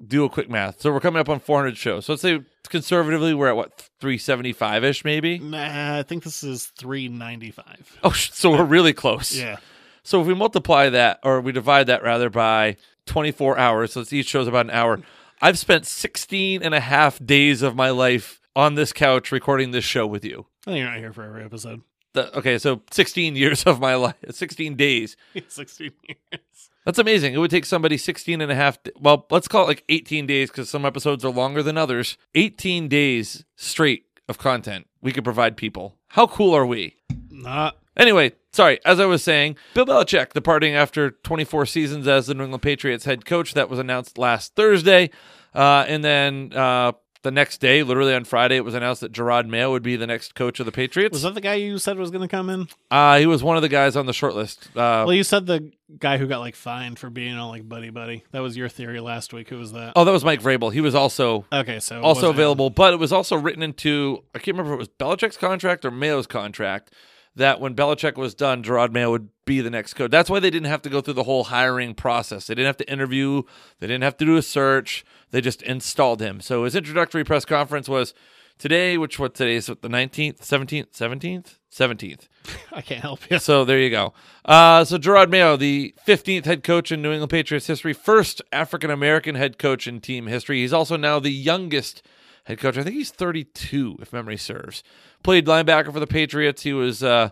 do a quick math. So we're coming up on 400 shows. So let's say conservatively we're at what 375 ish, maybe.
Mm. Nah, I think this is 395.
Oh, sh- so we're really close.
Yeah.
So if we multiply that, or we divide that rather by 24 hours, so it's each show's about an hour. I've spent 16 and a half days of my life on this couch recording this show with you.
I think you're not here for every
<laughs>
episode.
The- okay, so 16 <laughs> years of my life, 16 days.
16 years.
That's amazing. It would take somebody 16 and a half, d- well, let's call it like 18 days because some episodes are longer than others. 18 days straight of content we could provide people. How cool are we?
Not
Anyway, sorry. As I was saying, Bill Belichick departing after 24 seasons as the New England Patriots head coach. That was announced last Thursday. Uh, and then uh, the next day, literally on Friday, it was announced that Gerard Mayo would be the next coach of the
was
Patriots.
that the guy you said was going to come in?
Uh, he was one of the guys on the short list. Uh,
Well, you said the guy who got like fined for being all like buddy buddy. That was your theory last week. Who was that?
oh, that was Mike Vrabel. He was also
Okay, so it
Oh, also
wasn't-
available, but it was also written into I can't remember if it was Belichick's contract or Mayo's contract that when Belichick was done, Gerard Mayo would be the next coach. That's why they didn't have to go through the whole hiring process. They didn't have to interview, they didn't have to do a search. They just installed him. So his introductory press conference was today, which what today is what, the 19th, 17th, 17th, 17th.
I can't help you. <laughs>
So there you go. Uh, so Gerard Mayo, the 15th head coach in New England Patriots history, first African American head coach in team history. He's also now the youngest head coach. I think he's 32, if memory serves. Played linebacker for the Patriots. He was uh,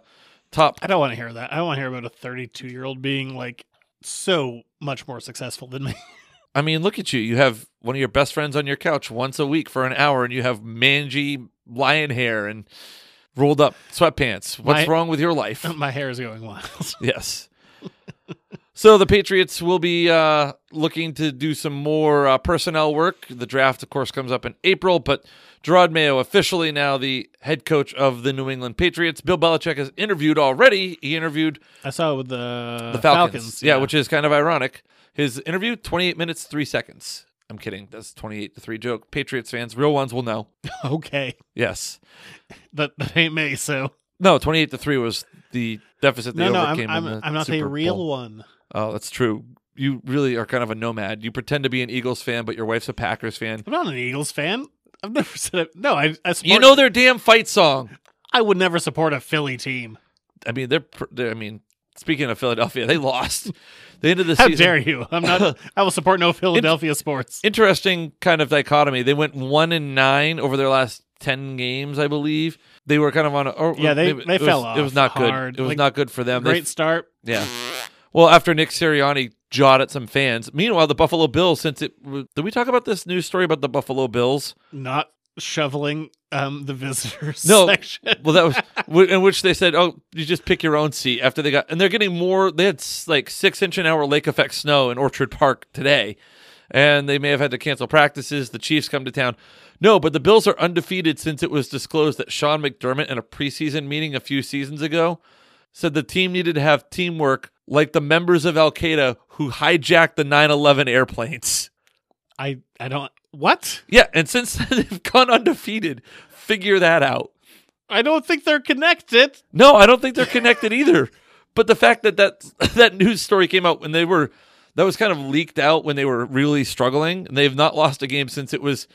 top.
I don't want to hear that. I don't want to hear about a 32 year old being like so much more successful than me. <laughs>
I mean, look at you. You have one of your best friends on your couch once a week for an hour, and you have mangy lion hair and rolled up sweatpants.
My-
What's wrong with your life?
My hair is going wild.
Yes. so the Patriots will be uh, looking to do some more uh, personnel work. The draft, of course, comes up in April, but Gerard Mayo officially now the head coach of the New England Patriots. Bill Belichick has interviewed already. He interviewed
I saw it with the,
the Falcons. yeah, which is kind of ironic. His interview, 28 minutes, three seconds. I'm kidding. That's 28 to 3 joke. Patriots fans, real ones will know.
<laughs> okay.
Yes.
That, that ain't me. So
No, 28 to 3 was the deficit they
no, no, I'm
overcame.
I'm,
in the
I'm not
Super
a real
Bowl.
one.
Oh, that's true. You really are kind of a nomad. You pretend to be an Eagles fan, but your wife's a Packers fan.
I'm not an Eagles fan. I've never <laughs> said it. No, I, I support,
You know their damn fight song.
I would never support a Philly team.
I mean, they're. pr- they're I mean, speaking of Philadelphia, they <laughs> lost. They ended the
How
season.
dare you? I'm
<laughs>
not. I will support no Philadelphia sports.
Interesting kind of dichotomy. They went one and nine over their last ten games, I believe. They were kind of on. A, or,
Yeah, they-
maybe-
they
it was-
fell off
It was not
hard.
good. It was
Like,
not good for them. They
Great start.
Yeah. Well, after Nick Sirianni jawed at some fans. Meanwhile, the Buffalo Bills, since it. Did we talk about this news story about the Buffalo Bills?
Not shoveling um the visitors
<laughs> No.
section. <laughs>
well, that was w- in which they said, "Oh, you just pick your own seat." After they got, and they're getting more. They had s- like six inch an hour lake effect snow in Orchard Park today, and they may have had to cancel practices. The Chiefs come to town. No, but the Bills are undefeated since it was disclosed that Sean McDermott in a preseason meeting a few seasons ago said the team needed to have teamwork like the members of Al Qaeda who hijacked the 9/11 airplanes. <laughs>
I I don't. What?
Yeah, and since then, <laughs> they've gone undefeated. Figure that out.
I don't think they're connected.
No, I don't think they're connected either. But the fact that that <laughs> that news story came out when they were that was kind of leaked out when they were really struggling, and they've not lost a game since it was.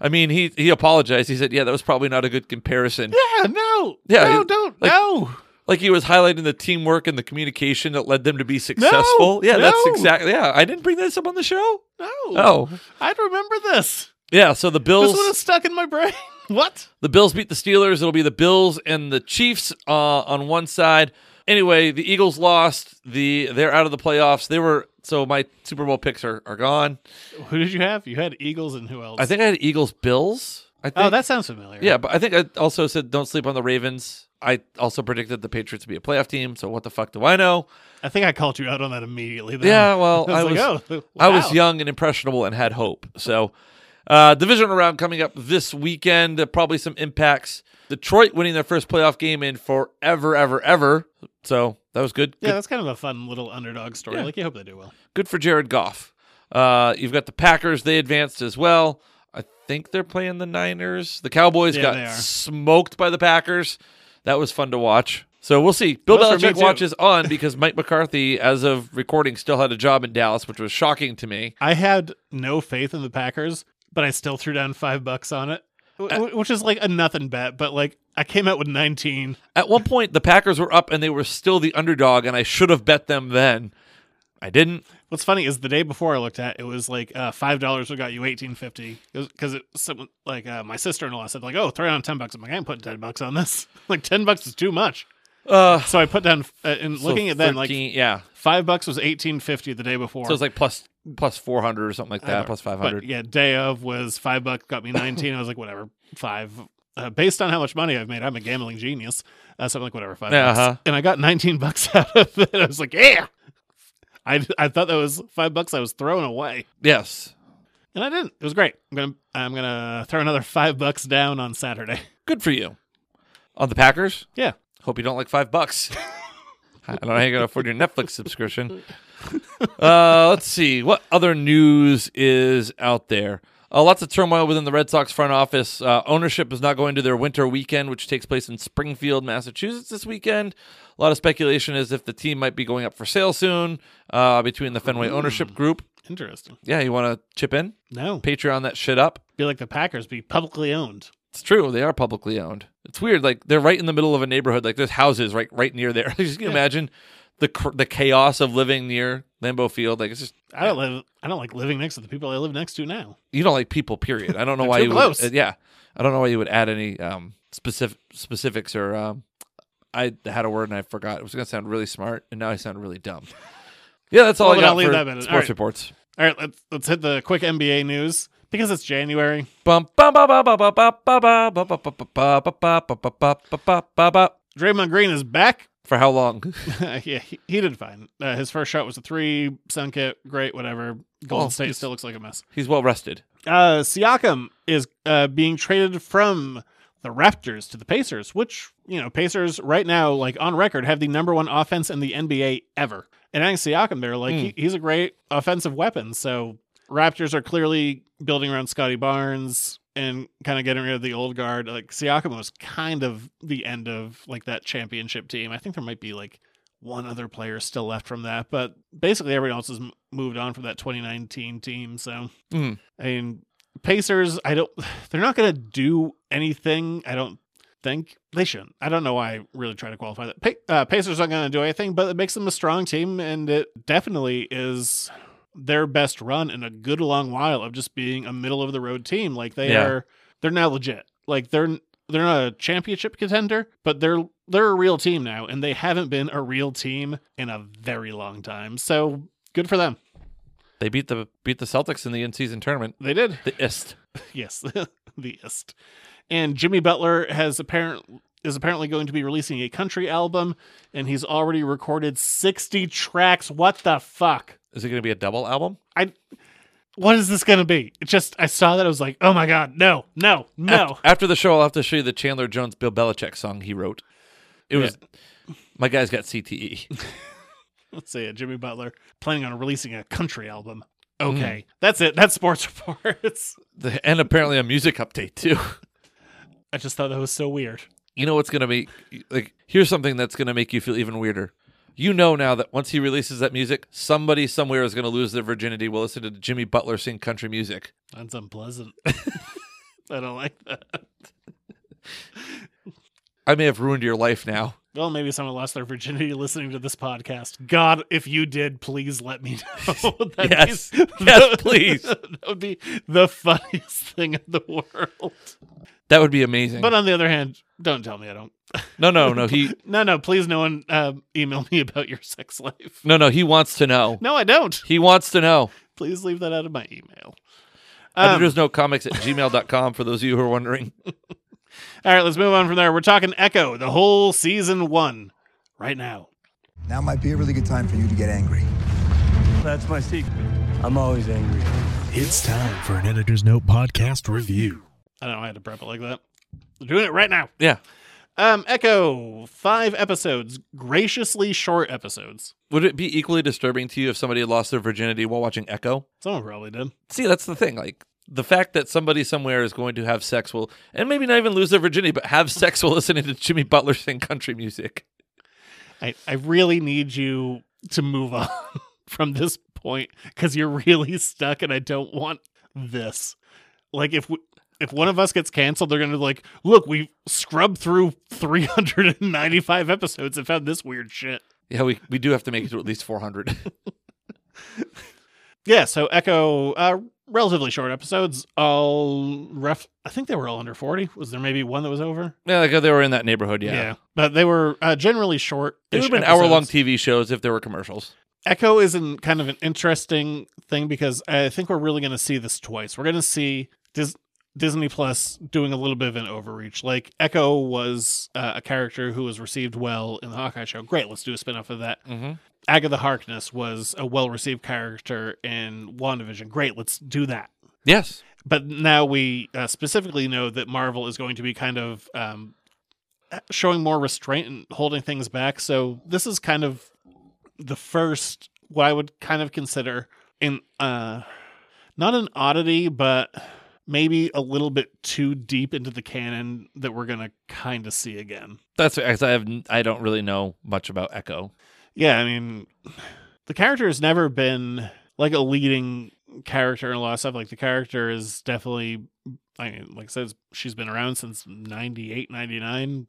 I mean, he he apologized. He said, "Yeah, that was probably not a good comparison."
Yeah. No.
Yeah,
No.
you-
Don't.
like-
no.
Like he was highlighting the teamwork and the communication that led them to be successful. yeah, that's
no.
exactly. Yeah, I didn't bring this up on the show.
No.
Oh,
I remember this.
yeah. So the Bills.
This one is stuck in my brain. <laughs> What?
The Bills beat the Steelers. It'll be the Bills and the Chiefs uh, on one side. Anyway, the Eagles lost. The they're out of the playoffs. They were so my Super Bowl picks are, are gone.
Who did you have? You had Eagles and who else?
I think I had Eagles Bills. I I think,
Oh, that sounds familiar.
yeah, but I think I also said don't sleep on the Ravens. I also predicted the Patriots to be a playoff team. So what the fuck do I know?
I think I called you out on that immediately. though. <laughs>
Yeah, well, I was,
like, oh,
<laughs> I was
wow.
young and impressionable and had hope. So, uh, division round coming up this weekend. uh, Probably some impacts. Detroit winning their first playoff game in forever, ever, ever. So that was good.
Yeah,
good,
that's kind of a fun little underdog story.
Yeah.
Like, you hope they do well.
good for Jared Goff. Uh, you've got the Packers. They advanced as well. I think they're playing the Niners. The Cowboys
Yeah, they
got
are.
smoked by the Packers. That was fun to watch. So we'll see. Bill
Was for me,
Belichick
too.
watches on because Mike McCarthy, as of recording, still had a job in Dallas, which was shocking to me.
I had no faith in the Packers, but I still threw down five bucks on it, uh, wh- wh- which is like a nothing bet. But like, I came out with 19.
At one point, the Packers were up and they were still the underdog, and I should have bet them then. I didn't.
What's funny is the day before I looked at it, it was like uh, five dollars would got you eighteen fifty because it someone like uh, my sister in law said like oh throw down ten bucks I'm like I ain't putting ten bucks on this <laughs> like ten bucks is too much
Uh,
so I put down uh, and
so
looking at that like
13 yeah.
five bucks was eighteen fifty the day before
So it's like plus plus four hundred or something like
I don't-
that, plus
but
five hundred.
yeah day of was five bucks got me nineteen I was like whatever five uh, based on how much money I've made I'm a gambling genius uh, so I'm like whatever 5
Uh-huh.
bucks and I got nineteen <laughs> bucks out of it I was like yeah I I thought that was five bucks I was throwing away.
Yes,
and I didn't. It was great. I'm gonna I'm gonna throw another five bucks down on Saturday. <laughs>
good for you. On the Packers,
Yeah,
hope you don't like five bucks. I don't know how you're gonna afford your Netflix subscription. Uh, let's see what other news is out there. Uh, lots of turmoil within the Red Sox front office. Uh, ownership is not going to their winter weekend, which takes place in Springfield, Massachusetts this weekend. A lot of speculation is if the team might be going up for sale soon uh, between the Fenway ownership group.
interesting.
Yeah, you want to chip in?
No,
Patreon that shit up.
be like the Packers, be publicly owned.
It's true. They are publicly owned. It's weird. Like they're right in the middle of a neighborhood. Like there's houses right right near there. just can you imagine the cr- the chaos of living near Lambeau Field. Like it's just
I don't live. I don't like living next to the people I live next to now.
you don't like people. Period. I don't know why
too
you
close.
would. uh, yeah, I don't know why you would add any um specific specifics or um. I had a word and I forgot. It was going to sound really smart, and now I sound really dumb. Yeah, that's all
Well,
I
then
got
I'll leave
for
that in it. All
sports
right.
reports.
All right, let's let's hit the quick NBA news because it's January.
Bum, bum, bum, bum, bum, bum, bum, bum, bum, bum, bum, bum, bum, bum, bum, bum, bum, bum, bum, bum, bum.
Draymond Green is back. <laughs>
For how long?
yeah, he, he did fine. Uh, his first shot was a three, sunk it, great, whatever. Golden
Oh,
State
he's-
still looks like a mess.
He's well rested.
Uh, Siakam is uh, being traded from the Raptors to the Pacers, which, you know, Pacers right now, like on record, have the number one offense in the NBA ever. And adding Siakam there, like, he, he's a great offensive weapon. So, Raptors are clearly building around Scotty Barnes and kind of getting rid of the old guard. Like, Siakam was kind of the end of, like, that championship team. I think there might be, like, one other player still left from that, but basically everyone else has m- moved on from that 2019 team. So,
Mm.
I mean, Pacers, I don't, <sighs> they're not going to do anything. I don't think they shouldn't. I don't know why I really try to qualify that. Pa- uh, Pacers aren't going to do anything, but it makes them a strong team, and it definitely is their best run in a good long while of just being a middle of the road team. Like they
Yeah.
are, they're now legit. Like they're they're not a championship contender, but they're they're a real team now, and they haven't been a real team in a very long time. So good for them.
They beat the beat the Celtics in the in season tournament.
They did.
The Ist.
<laughs> Yes, the ist. And Jimmy Butler has apparent is apparently going to be releasing a country album, and he's already recorded sixty tracks. What the fuck?
Is it going to be a double album?
I. What is this gonna be? It just I saw that I was like, oh my god, no, no, no.
<laughs>
<laughs>
After, after the show, I'll have to show you the Chandler Jones Bill Belichick song he wrote. It was my guy's got E. CTE.
Let's see it. Jimmy Butler planning on releasing a country album. Okay, that's it. That's sports <laughs> reports.
<laughs> The- and apparently a music update too.
I just thought that was so weird.
You know what's going to be like? Here's something that's going to make you feel even weirder. You know now that once he releases that music, somebody somewhere is going to lose their virginity. Will listen to Jimmy Butler sing country music.
That's unpleasant. <laughs> I don't like that.
I may have ruined your life now.
Well, maybe someone lost their virginity <laughs> listening to this podcast. God, if you did, please let me know. <laughs> That'd
Yes. Yes, please.
<laughs> That would be the funniest thing in the world.
That would be amazing.
But uh, on the other hand, don't tell me I don't.
no, no, no. He
No, no, please, no one um, email me <laughs> about your sex life.
no, no. He wants to know.
No, I don't.
He wants to know.
Please leave that out of my email. Um,
Editors Note Comics at gmail.com for those of you who are wondering.
All right, let's move on from there. We're talking Echo, the whole season one, right now.
Now might be a really good time for you to get angry.
That's my secret. I'm always angry.
It's time for an Editor's Note podcast review.
I don't know I had to prep it like that. We're doing it right now.
<laughs> Yeah.
Um, Echo, five episodes, graciously short episodes.
Would it be equally disturbing to you if somebody had lost their virginity while watching Echo?
Someone probably did.
See, that's the thing. Like the fact that somebody somewhere is going to have sex will, and maybe not even lose their virginity, but have sex while listening to Jimmy Butler sing country music.
I, I really need you to move on <laughs> from this point because you're really stuck, and I don't want this. Like if we, if one of us gets canceled, they're gonna be like, look, we scrubbed through 395 episodes and found this weird shit.
Yeah, we, we do have to make it to at least 400.
yeah, so Echo, uh, relatively short episodes, all rough. I think they were all under 40. Was there maybe one that was over?
<laughs> yeah, like they were in that neighborhood. Yeah,
but they were uh, generally short.
it would have been hour long TV shows if there were commercials.
Echo is an, kind of an interesting thing because I think we're really going to see this twice. We're going to see Dis- Disney Plus doing a little bit of an overreach. Like Echo was uh, a character who was received well in the Hawkeye show. Great, let's do a spinoff of that.
Mhm.
Agatha Harkness was a well received character in WandaVision. Great, let's do that.
Yes.
But now we uh, specifically know that Marvel is going to be kind of um, showing more restraint and holding things back. So this is kind of the first what I would kind of consider in uh not an oddity, but maybe a little bit too deep into the canon that we're gonna kind of see again.
That's because I have n- I don't really know much about Echo.
Yeah, I mean, the character has never been like a leading character in a lot of stuff. Like the character is definitely, I mean, like I said, she's been around since 98, 99,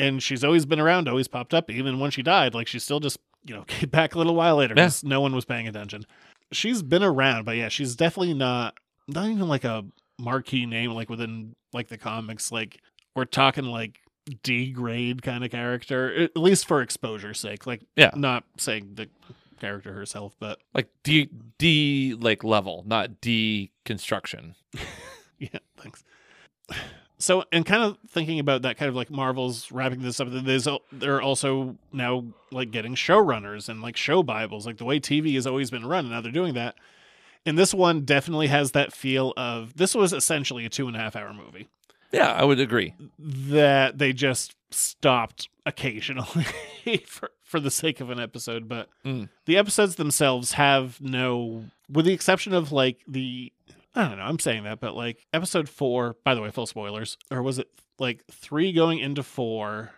and she's always been around, always popped up. Even when she died, like she still just, you know, <laughs> came back a little while later
Yeah.
'cause no one was paying attention. She's been around, but yeah, she's definitely not, not even like a marquee name, like within like the comics. Like we're talking like D grade kind of character, at least for exposure's sake. Like,
Yeah.
not saying the character herself, but <laughs>
Like D D like level, not D construction.
yeah, thanks. So, and kind of thinking about that, kind of like Marvel's wrapping this up. There's al- they're also now like getting showrunners and like show bibles, like the way TV has always been run. and Now they're doing that, and this one definitely has that feel of this was essentially a two and a half hour movie
Yeah, I would agree.
that they just stopped occasionally <laughs> for for the sake of an episode, but
Mm.
the episodes themselves have no with the exception of like the I don't know, I'm saying that, but like episode four, by the way, full spoilers, or was it like three going into four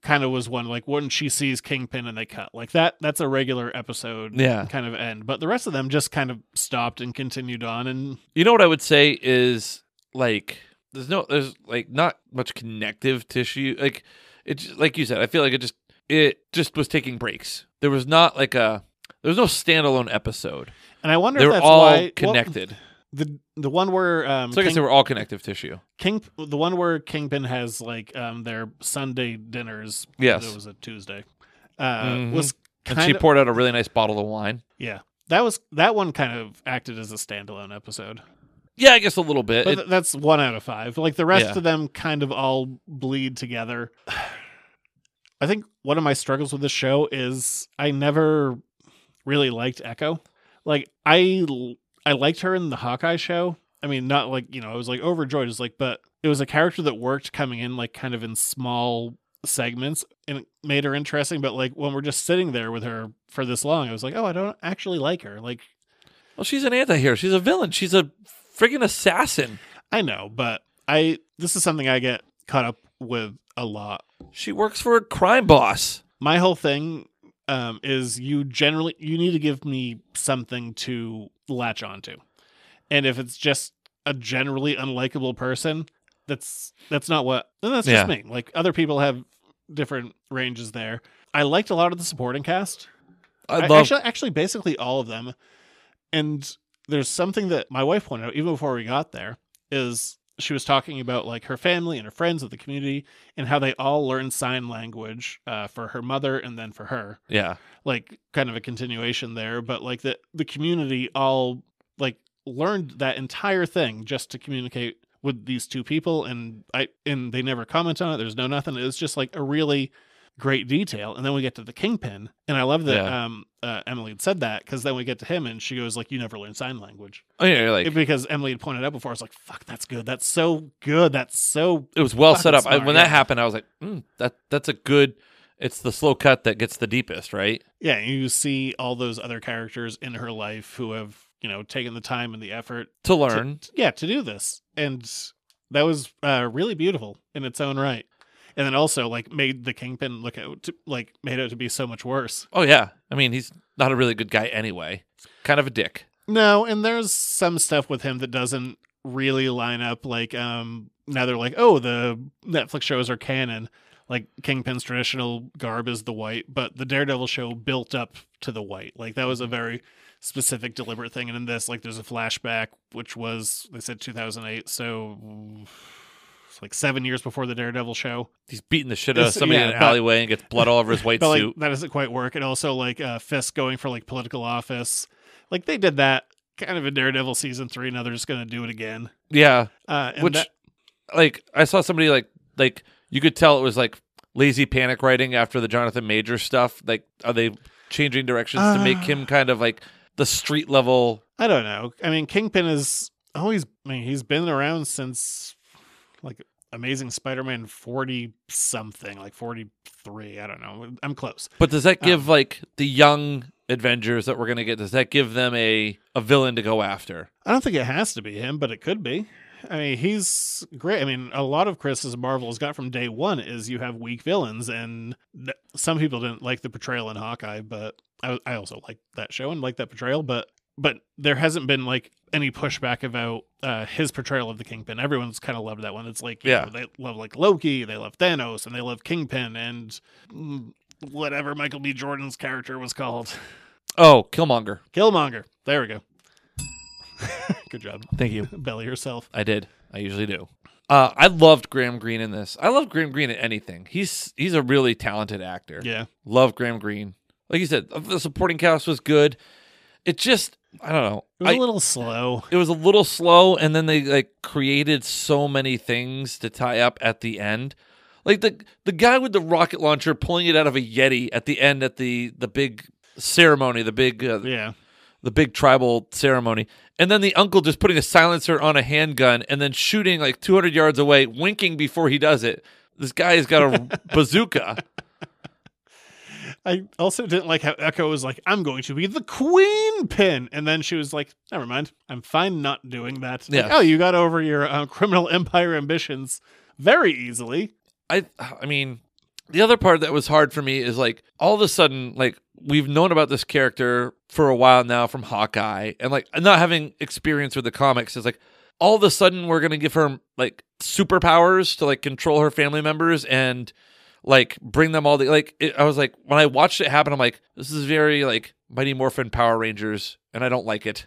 kind of was one like when she sees Kingpin and they cut. Like that that's a regular episode
Yeah.
kind of end. But the rest of them just kind of stopped and continued on and
You know what I would say is like there's no there's like not much connective tissue. Like it's like you said, I feel like it just it just was taking breaks. There was not like a there was no standalone episode.
and I wonder
They
if
were
that's
all
why well,
connected.
the the one where um
so I guess
King-
they were all connective tissue.
King, the one where Kingpin has like um their Sunday dinners.
Yes.
it was a Tuesday. Uh,
Mhm.
Was
And
kind
she
of,
poured out a really nice bottle of wine.
yeah. That was that one kind of acted as a standalone episode,
Yeah, I guess a little bit.
but
It-
th- that's one out of five. Like the rest
Yeah.
of them kind of all bleed together. I think one of my struggles with this show is I never really liked Echo. Like I l- I liked her in the Hawkeye show. I mean, not like you know, I was like overjoyed. It's like, but it was a character that worked coming in like kind of in small segments and it made her interesting. But like when we're just sitting there with her for this long, I was like, oh, I don't actually like her. Like
well, she's an anti-hero. She's a villain. She's a friggin' assassin.
I know, but I this is something I get caught up with a lot
She works for a crime boss.
my whole thing um, is you generally you need to give me something to latch onto and if it's just a generally unlikable person that's that's not what then that's just
Yeah.
me like other people have different ranges there i liked a lot of the supporting cast
I
I-
love
actually, actually basically all of them. And there's something that my wife pointed out even before we got there is she was talking about like her family and her friends of the community and how they all learned sign language uh, for her mother and then for her
Yeah.
like kind of a continuation there but like the the community all like learned that entire thing just to communicate with these two people and I and they never comment on it. There's no nothing. It's just like a really great detail. And then we get to the kingpin, and I love that
Yeah.
um, uh, Emily had said that because then we get to him, and she goes like, "You never learned sign language."
Oh, yeah, you're like-
It- because Emily had pointed out before. I was like, "Fuck, that's good. That's so good. That's so."
It was well
fucking
set up. I,
smart."
when
Yeah.
that happened, I was like, mm, "That that's a good." It's the slow cut that gets the deepest, right?
yeah, and you see all those other characters in her life who have you know taken the time and the effort
To learn.
yeah, to do this, and that was uh, really beautiful in its own right. And then also like made the kingpin look out to, like made it to be so much worse.
Oh yeah. I mean, he's not a really good guy anyway. He's kind of a dick.
No, and there's some stuff with him that doesn't really line up. Like, um, now they're like, oh, the Netflix shows are canon. Like Kingpin's traditional garb is the white, but the Daredevil show built up to the white. Like that was a very specific, deliberate thing. And in this, like, there's a flashback, which was they said 2008, so it's like seven years before the Daredevil show.
He's beating the shit out of
It's-
somebody
yeah,
in an
but-
alleyway and gets blood all over his white
<laughs> but
suit.
like that doesn't quite work. And also like uh, Fisk going for like political office, like they did that kind of in Daredevil season three. Now they're just gonna do it again.
Yeah.
Uh, and
Which,
that-
like, I saw somebody like like you could tell it was like lazy panic writing after the Jonathan Major stuff. Like, are they changing directions to make
Uh.
him kind of like the street level?
I don't know. I mean, Kingpin is always. I mean, he's been around since like Amazing Spider-Man forty something, like forty three. I don't know. I'm close.
But does that give like the young Avengers that we're gonna get? Does that give them a a villain to go after?
I don't think it has to be him, but it could be. I mean, he's great. I mean, a lot of criticism Marvel has got from day one is you have weak villains, and th- some people didn't like the portrayal in Hawkeye, but I, I also like that show and like that portrayal. But but there hasn't been like any pushback about uh, his portrayal of the Kingpin. Everyone's kind of loved that one. It's like you
Yeah.
know, they love like Loki, they love Thanos, and they love Kingpin, and mm, whatever Michael B. Jordan's character was called, <laughs>
Oh, Killmonger.
Killmonger. There we go. <laughs> Good job.
Thank you.
<laughs> Belly herself.
I did. I usually do. Uh, I loved Graham Greene in this. I love Graham Greene in anything. He's he's a really talented actor.
Yeah.
love Graham Greene. Like you said, the supporting cast was good. It just I don't know.
It was
I-
a little slow.
It was a little slow, and then they like created so many things to tie up at the end. Like the the guy with the rocket launcher pulling it out of a yeti at the end at the the big ceremony, the big uh,
Yeah.
the big tribal ceremony, and then the uncle just putting a silencer on a handgun and then shooting like 200 yards away, winking before he does it. This guy has got a bazooka.
I also didn't like how Echo was like, I'm going to be the queen pin. And then she was like, never mind. I'm fine not doing that. Like,
Yeah.
oh, you got over your uh, criminal empire ambitions very easily.
I I mean, the other part that was hard for me is like all of a sudden, like we've known about this character for a while now from Hawkeye, and like not having experience with the comics is like all of a sudden we're gonna give her like superpowers to like control her family members and like bring them all the like it, I was like when I watched it happen, I'm like this is very like Mighty Morphin Power Rangers, and I don't like it.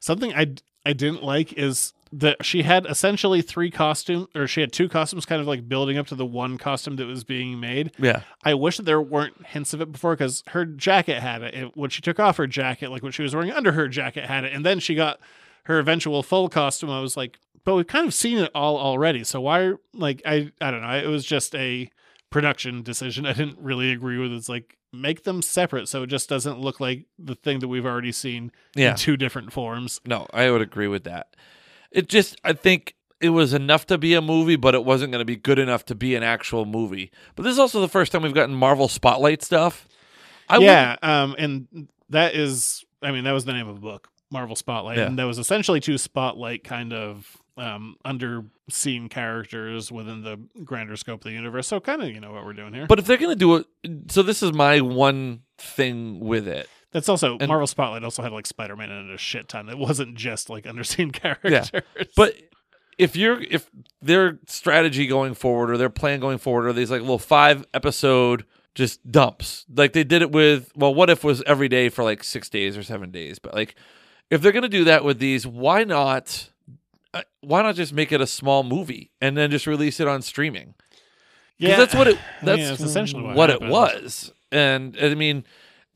Something I, I didn't like is that she had essentially three costumes, or she had two costumes kind of like building up to the one costume that was being made.
Yeah.
I wish that there weren't hints of it before because her jacket had it. it. When she took off her jacket, like what she was wearing under her jacket had it, and then she got her eventual full costume. I was like, but we've kind of seen it all already. So why? Like I, I don't know. It was just a production decision. I didn't really agree with. It's like make them separate so it just doesn't look like the thing that we've already seen
Yeah.
in two different forms.
No, I would agree with that. It just, I think it was enough to be a movie, but it wasn't going to be good enough to be an actual movie. But this is also the first time we've gotten Marvel Spotlight stuff. I
yeah, um, and that is, I mean, that was the name of a book, Marvel Spotlight,
Yeah.
and that was essentially to spotlight kind of um, underseen characters within the grander scope of the universe. So kind of, you know, what we're doing here.
Would, but if they're going to do it, so this is my one thing with it.
that's also
and-
Marvel Spotlight also had like Spider Man in it a shit ton. It wasn't just like underseen <laughs>
Yeah.
characters.
But if you're if their strategy going forward or their plan going forward are these like little five episode just dumps. Like they did it with well, what if was every day for like six days or seven days. But like if they're gonna do that with these, why not uh, why not just make it a small movie and then just release it on streaming? Yeah,
<laughs>
that's what it
<sighs> I mean,
that's
it's essentially what,
what it
happened.
was. And I mean,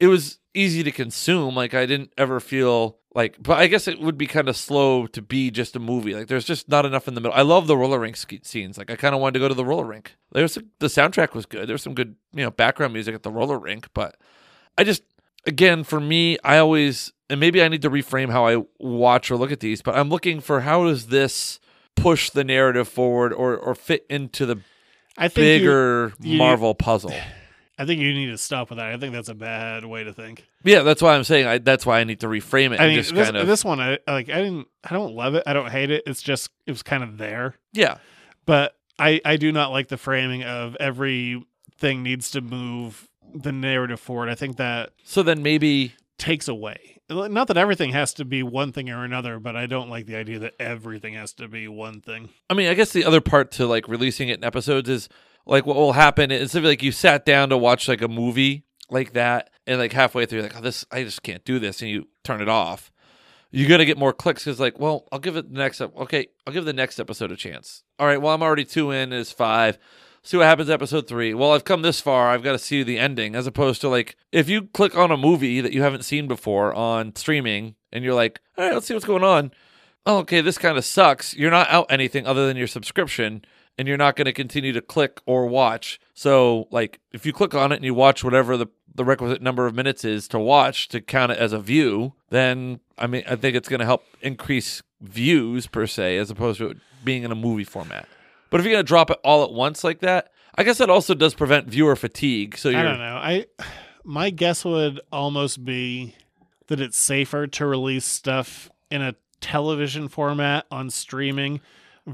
it was easy to consume. Like I didn't ever feel Like, but I guess it would be kind of slow to be just a movie. Like, there's just not enough in the middle. I love the roller rink ske- scenes. Like, I kind of wanted to go to the roller rink. There was the soundtrack was good. There was some good, you know, background music at the roller rink. But I just, again, for me, I always, and maybe I need to reframe how I watch or look at these. But I'm looking for how does this push the narrative forward or or fit into the
I think
bigger
you- you-
Marvel
<sighs>
puzzle.
I think you need to stop with that. I think that's a bad way to think.
Yeah, that's why I'm saying I, that's why I need to reframe it.
I
and
mean,
just
this,
kind of
this one, I like. I didn't. I don't love it. I don't hate it. It's just it was kind of there.
Yeah.
but I I do not like the framing of everything needs to move the narrative forward. I think that
so then maybe
takes away. Not that everything has to be one thing or another, but I don't like the idea that everything has to be one thing.
I mean, I guess the other part to like releasing it in episodes is like what will happen is if like you sat down to watch like a movie like that and like halfway through you're like oh this I just can't do this and you turn it off. You got to get more clicks because like well I'll give it the next up okay I'll give the next episode a chance. All right, well I'm already two in is five. See what happens episode three. Well, I've come this far. I've got to see the ending as opposed to like if you click on a movie that you haven't seen before on streaming and you're like all right let's see what's going on oh, okay, this kind of sucks. You're not out anything other than your subscription, and you're not going to continue to click or watch. So, like, if you click on it and you watch whatever the, the requisite number of minutes is to watch to count it as a view, then I mean, I think it's going to help increase views per se, as opposed to it being in a movie format. But if you're going to drop it all at once like that, I guess that also does prevent viewer fatigue. So you're,
I don't know. I my guess would almost be that it's safer to release stuff in a television format on streaming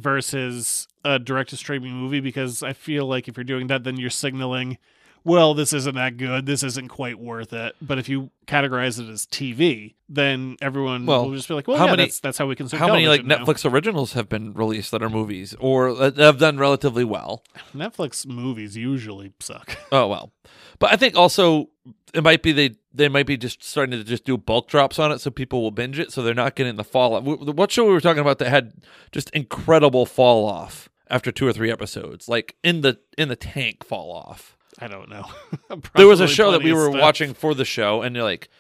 versus a direct to streaming movie because I feel like if you're doing that then you're signaling well this isn't that good this isn't quite worth it but if you categorize it as TV then everyone
Well,
will just be like well
how
yeah,
many-
that's, that's how we consume
how many like
television now.
Netflix originals have been released that are movies or uh, that have done relatively well?
Netflix movies usually suck <laughs>
Oh well, but I think also it might be they they might be just starting to just do bulk drops on it, so people will binge it, so they're not getting the fall off. Wh- What show we were talking about that had just incredible fall off after two or three episodes, like in the in the tank fall off.
I don't know <laughs>
There was a
Probably
show that
plenty
we
of
were
stuff.
watching for the show, and you're like,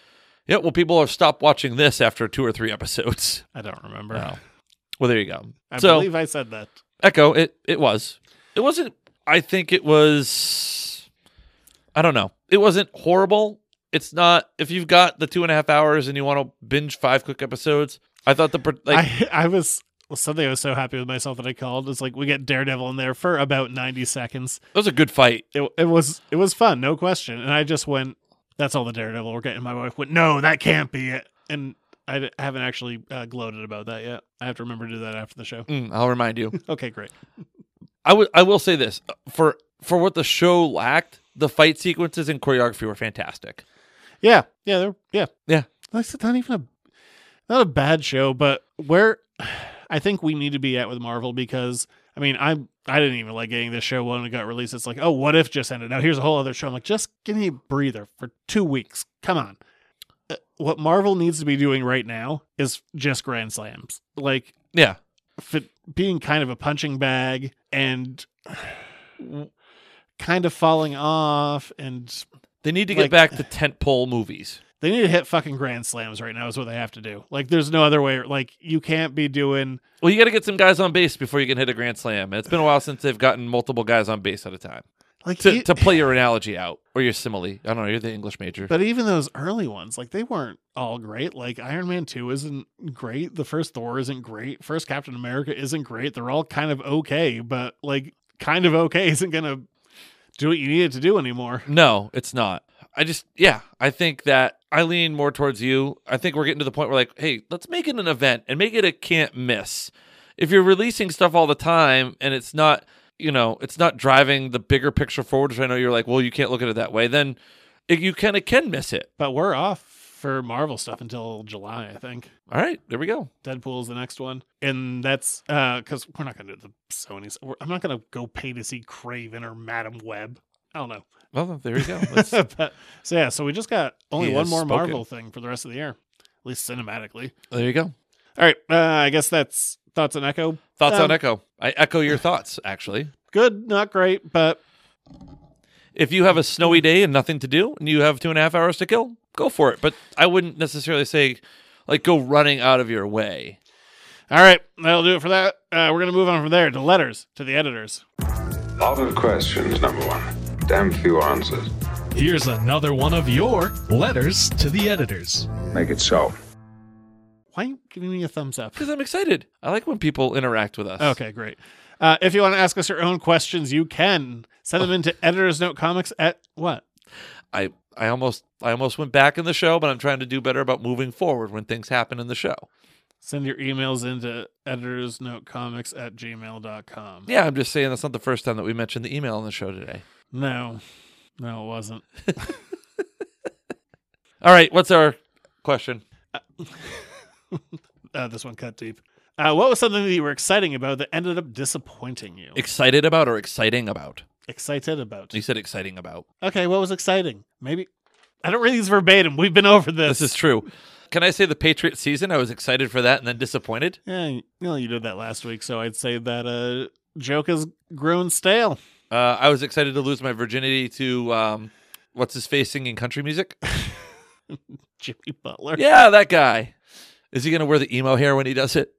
yeah, well, people have stopped watching this after two or three episodes. <laughs>
I don't remember
No. Well, there you go.
I
so
believe I said that
Echo, it it was, it wasn't. I think it was. I don't know. It wasn't horrible. It's not. If you've got the two and a half hours and you want to binge five quick episodes, I thought the pr- like
I, <laughs> I was well, something I was so happy with myself that I called. It's like we get Daredevil in there for about ninety seconds.
that was a good fight.
It it was it was fun, no question. And I just went, "That's all the Daredevil we're getting." My wife went, "No, that can't be it." And I d- haven't actually uh, gloated about that yet. I have to remember to do that after the show.
Mm, I'll remind you.
Okay, great.
I would. I will say this for for what the show lacked, the fight sequences and choreography were fantastic.
Yeah, yeah, they're, yeah,
Yeah.
Like I said, not even a not a bad show, but where I think we need to be at with Marvel because I mean I'm I didn't even like getting this show when it got released. It's like, oh, what if just ended? Now here's a whole other show. I'm like, just give me a breather for two weeks. Come on. Uh, What Marvel needs to be doing right now is just grand slams. Like
Yeah.
fit, being kind of a punching bag and <sighs> kind of falling off and
They need to
Like-
get back to tentpole movies.
they need to hit fucking grand slams right now is what they have to do like there's no other way like you can't be doing
Well, you got to get some guys on base before you can hit a grand slam. It's been a while since they've gotten multiple guys on base at a time.
like
to,
e-
to play your analogy out or your simile. I don't know. You're the English major.
<laughs> but even those early ones like they weren't all great like iron man 2 isn't great the first thor isn't great first captain america isn't great they're all kind of okay but like kind of okay <laughs> isn't gonna do what you need it to do anymore
no, it's not. I just, yeah, I think that I lean more towards you. I think we're getting to the point where, like, hey, let's make it an event and make it a can't miss. If you're releasing stuff all the time and it's not, you know, it's not driving the bigger picture forward, which I know you're like, well, you can't look at it that way, then it, you kind of can miss it.
but we're off for marvel stuff until july i think
All right, there we go.
Deadpool's the next one, and that's uh because we're not gonna do the Sony's. We're, I'm not gonna go pay to see Craven or Madam Web. I don't know.
Well, there you go.
<laughs>
<laughs> Let's,
but, so yeah, so we just got only
He
one
has
more
spoken.
Marvel thing for the rest of the year, at least cinematically.
there you go.
All right, uh, I guess that's thoughts on Echo.
Thoughts
Um,
on Echo? I echo your thoughts, actually.
Good, not great, but
If you have a snowy day and nothing to do and you have two and a half hours to kill, go for it. But I wouldn't necessarily say like go running out of your way.
All right, that'll do it for that. Uh, we're gonna move on from there to letters to the editors.
Lot of questions, number one. Damn few answers.
Here's another one of your letters to the editors.
Make it so.
Why are you giving me a thumbs up?
Because I'm excited. I like when people interact with us.
Okay, great. Uh, if you want to ask us your own questions, you can send them into editorsnotecomics at what?
I I almost I almost went back in the show, but I'm trying to do better about moving forward when things happen in the show.
Send your emails into editorsnotecomics at gmail.com.
Yeah, I'm just saying that's not the first time that we mentioned the email in the show today.
No. No, it wasn't.
All right, what's our question?
Uh, uh, this one cut deep. Uh, what was something that you were exciting about that ended up disappointing you?
Excited about or exciting about?
Excited about.
You said exciting about.
Okay, what was exciting? Maybe I don't read these verbatim. We've been over this.
This is true. Can I say the Patriot season? I was excited for that and then disappointed.
Yeah, you, know, you did that last week, so I'd say that uh, joke has grown stale.
Uh, I was excited to lose my virginity to um, what's his face singing
<laughs>
country music,
Jimmy Butler.
Yeah, that guy. Is he going to wear the emo hair when he does it?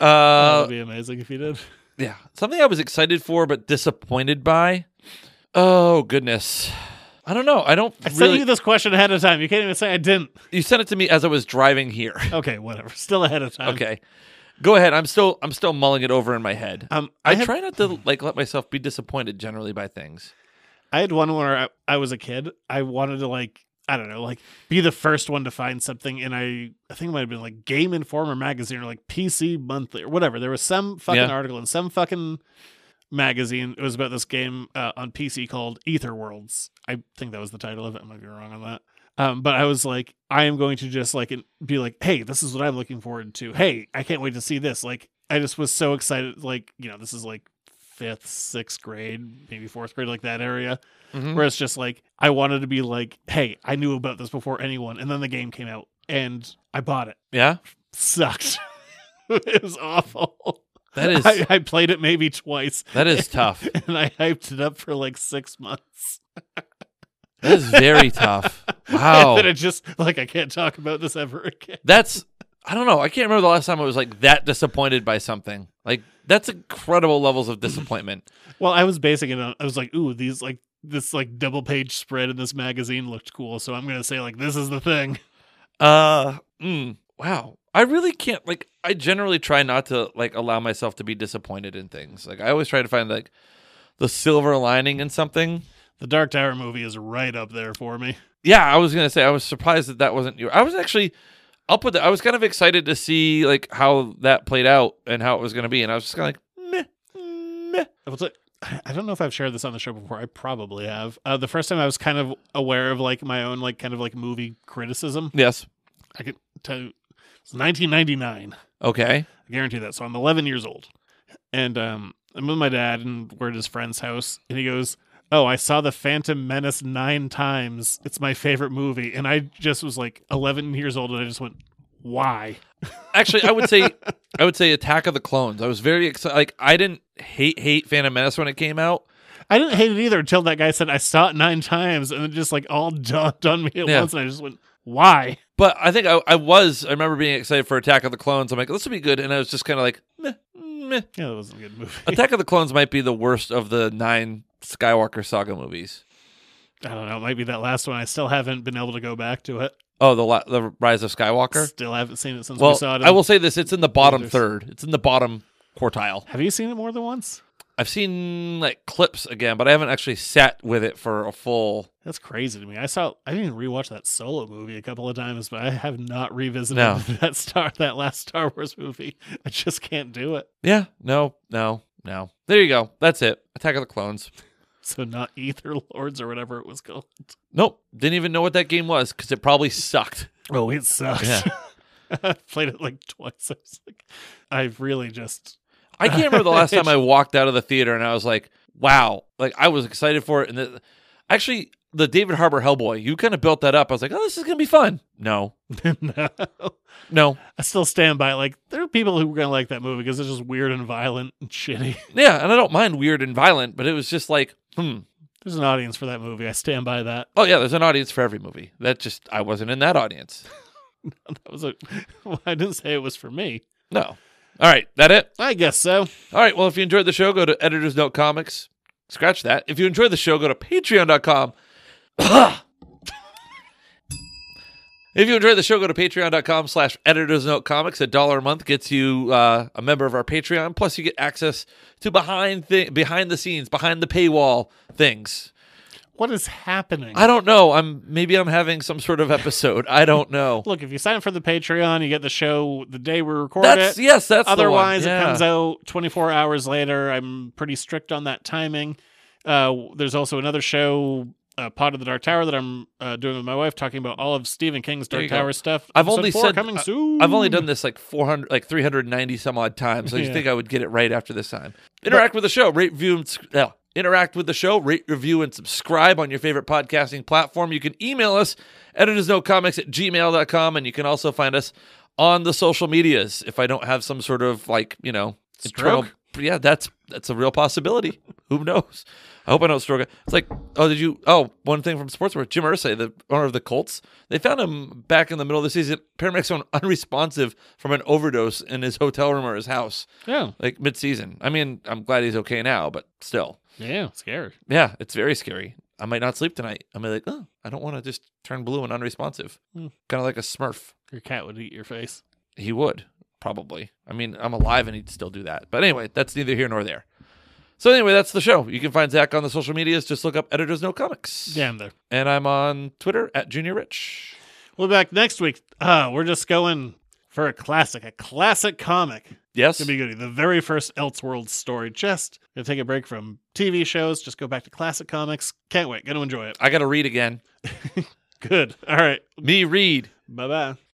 Uh, that would be amazing if he did.
Yeah. Something I was excited for but disappointed by. Oh, goodness. I don't know. I don't.
I really... sent you this question ahead of time. You can't even say I didn't.
You sent it to me as I was driving here.
Okay, whatever. Still ahead of time.
Okay, go ahead. I'm still I'm still mulling it over in my head.
Um,
I,
had...
try not to like let myself be disappointed generally by things.
I had one where I, I was a kid. I wanted to like I don't know, like be the first one to find something. And I, I think it might have been like Game Informer magazine or like PC Monthly or whatever. There was some fucking yeah. article in some fucking magazine. It was about this game uh, on PC called Ether Worlds. I think that was the title of it. I might be wrong on that. Um, but I was like, I am going to just like be like, hey, this is what I'm looking forward to. Hey, I can't wait to see this. Like, I just was so excited. Like, you know, this is like fifth, sixth grade, maybe fourth grade, like that area, mm-hmm. where it's just like I wanted to be like, hey, I knew about this before anyone, and then the game came out and I bought it.
Yeah,
sucked. <laughs> it was awful. <laughs>
That is,
I, I, played it maybe twice. <laughs>
That is tough,
and I hyped it up for like six months. <laughs>
that is very tough. Wow.
And it just like I can't talk about this ever <laughs> again.
That's I don't know. I can't remember the last time I was like that disappointed by something. Like that's incredible levels of disappointment.
well, I was basing it on I was like, ooh, these like this like double page spread in this magazine looked cool, so I'm gonna say like this is the thing. <laughs>
Uh mm, wow. I really can't like I generally try not to like allow myself to be disappointed in things. Like I always try to find like the silver lining in something.
The Dark Tower movie is right up there for me.
Yeah, I was gonna say I was surprised that that wasn't you. I was actually I'll put that. I was kind of excited to see like how that played out and how it was going to be, and I was just kind of like, "Mm, meh, meh.
I was like, <sighs> I don't know if I've shared this on the show before. I probably have. Uh, the first time I was kind of aware of like my own like kind of like movie criticism.
Yes,
I could tell. You, it's 1999.
Okay,
I guarantee that. So I'm 11 years old, and um, I'm with my dad, and we're at his friend's house, and he goes. Oh, I saw The Phantom Menace nine times. It's my favorite movie. And I just was like 11 years old and I just went, why?
Actually, I would say, I would say Attack of the Clones. I was very excited. Like, I didn't hate, hate Phantom Menace when it came out.
I didn't hate it either until that guy said, I saw it nine times. And it just like all <laughs> dawned on me at yeah. once. And I just went, why?
But I think I, I, was, I remember being excited for Attack of the Clones. I'm like, this will be good. And I was just kind of like, meh, meh.
Yeah, that was a good movie.
Attack of the Clones might be the worst of the nine Skywalker saga movies.
<laughs> I don't know. It might be that last one. I still haven't been able to go back to it.
Oh, the the Rise of Skywalker.
Still haven't seen it since
well,
we saw it.
I will say this: it's in the bottom theaters. third. It's in the bottom quartile.
Have you seen it more than once?
I've seen like clips again, but I haven't actually sat with it for a full.
That's crazy to me. I saw. I didn't rewatch that Solo movie a couple of times, but I have not revisited no. <laughs> that star that last Star Wars movie. I just can't do it.
Yeah. No. No. No. There you go. That's it. Attack of the Clones.
So not Ether <laughs> Lords or whatever it was called.
Nope. Didn't even know what that game was because it probably sucked.
Oh, it sucked. <laughs> Yeah. I played it like twice. <laughs> I was like, I've really just. <laughs>
I can't remember the last time I walked out of the theater and I was like, wow. Like I was excited for it. And the... actually, the David Harbor Hellboy, you kind of built that up. I was like, oh, this is gonna be fun. No,
no,
no.
I still stand by. Like, there are people who are gonna like that movie because it's just weird and violent and shitty.
Yeah, and I don't mind weird and violent, but it was just like, hmm.
There's an audience for that <laughs> movie. I stand by that.
Oh yeah, there's an audience for every movie. That just I wasn't in that audience.
that was a. <laughs> Well, I didn't say it was for me.
No. All right, that it?
I guess so. All
right, well, if you enjoyed the show, go to Editor's Note Comics. Scratch that. If you enjoyed the show, go to patreon.com. <coughs> if you enjoyed the show, go to patreon.com slash editors note comics. A dollar a month gets you uh, a member of our Patreon. Plus, you get access to behind thi- behind the scenes, behind the paywall things.
What is happening?
I don't know. I'm maybe I'm having some sort of episode. I
<laughs>
don't know.
Look, if you sign up for the Patreon, you get the show the day we record
that's
it.
yes, that's the one.
Otherwise,
Yeah.
it comes out 24 hours later. I'm pretty strict on that timing. Uh, there's also another show, uh, Pod of the Dark Tower, that I'm uh, doing with my wife, talking about all of Stephen King's
There
Dark
you go.
Tower stuff.
I've
Episode
only
four
said
coming
I-
soon.
I've only done this like 400, like 390 some odd times. So you
Yeah.
think I would get it right after this time? Interact with the show, rate, review, and, s- no, interact with the show, rate, review, and subscribe on your favorite podcasting platform. You can email us editorsnocomics at gmail.com, and you can also find us on the social medias. If I don't have some sort of like you know internal-
Stroke?
yeah, that's that's a real possibility. <laughs> Who knows? I hope I don't stroke it. It's like, oh, did you? Oh, one thing from Sportswear, Jim Irsay, the owner of the Colts, they found him back in the middle of the season, paramedics found him unresponsive from an overdose in his hotel room or his house.
Yeah.
like mid-season. I mean, I'm glad he's okay now, but still,
Yeah, scary.
yeah, it's very scary. I might not sleep tonight. I'm like, oh, I don't want to just turn blue and unresponsive,
Hmm.
kind of like a Smurf.
Your cat would eat your face.
He would probably. I mean, I'm alive and he'd still do that. But anyway, that's neither here nor there. So anyway, that's the show. You can find Zach on the social medias. Just look up Editors No Comics.
Damn there.
And I'm on Twitter at Junior Rich.
We'll be back next week. Uh, we're just going for a classic, a classic comic.
Yes.
It's gonna be goody. The very first Elseworlds story. Just gonna take a break from TV shows. Just go back to classic comics. Can't wait. Gonna enjoy it.
I got to read again.
Good. All right.
Me read.
Bye bye.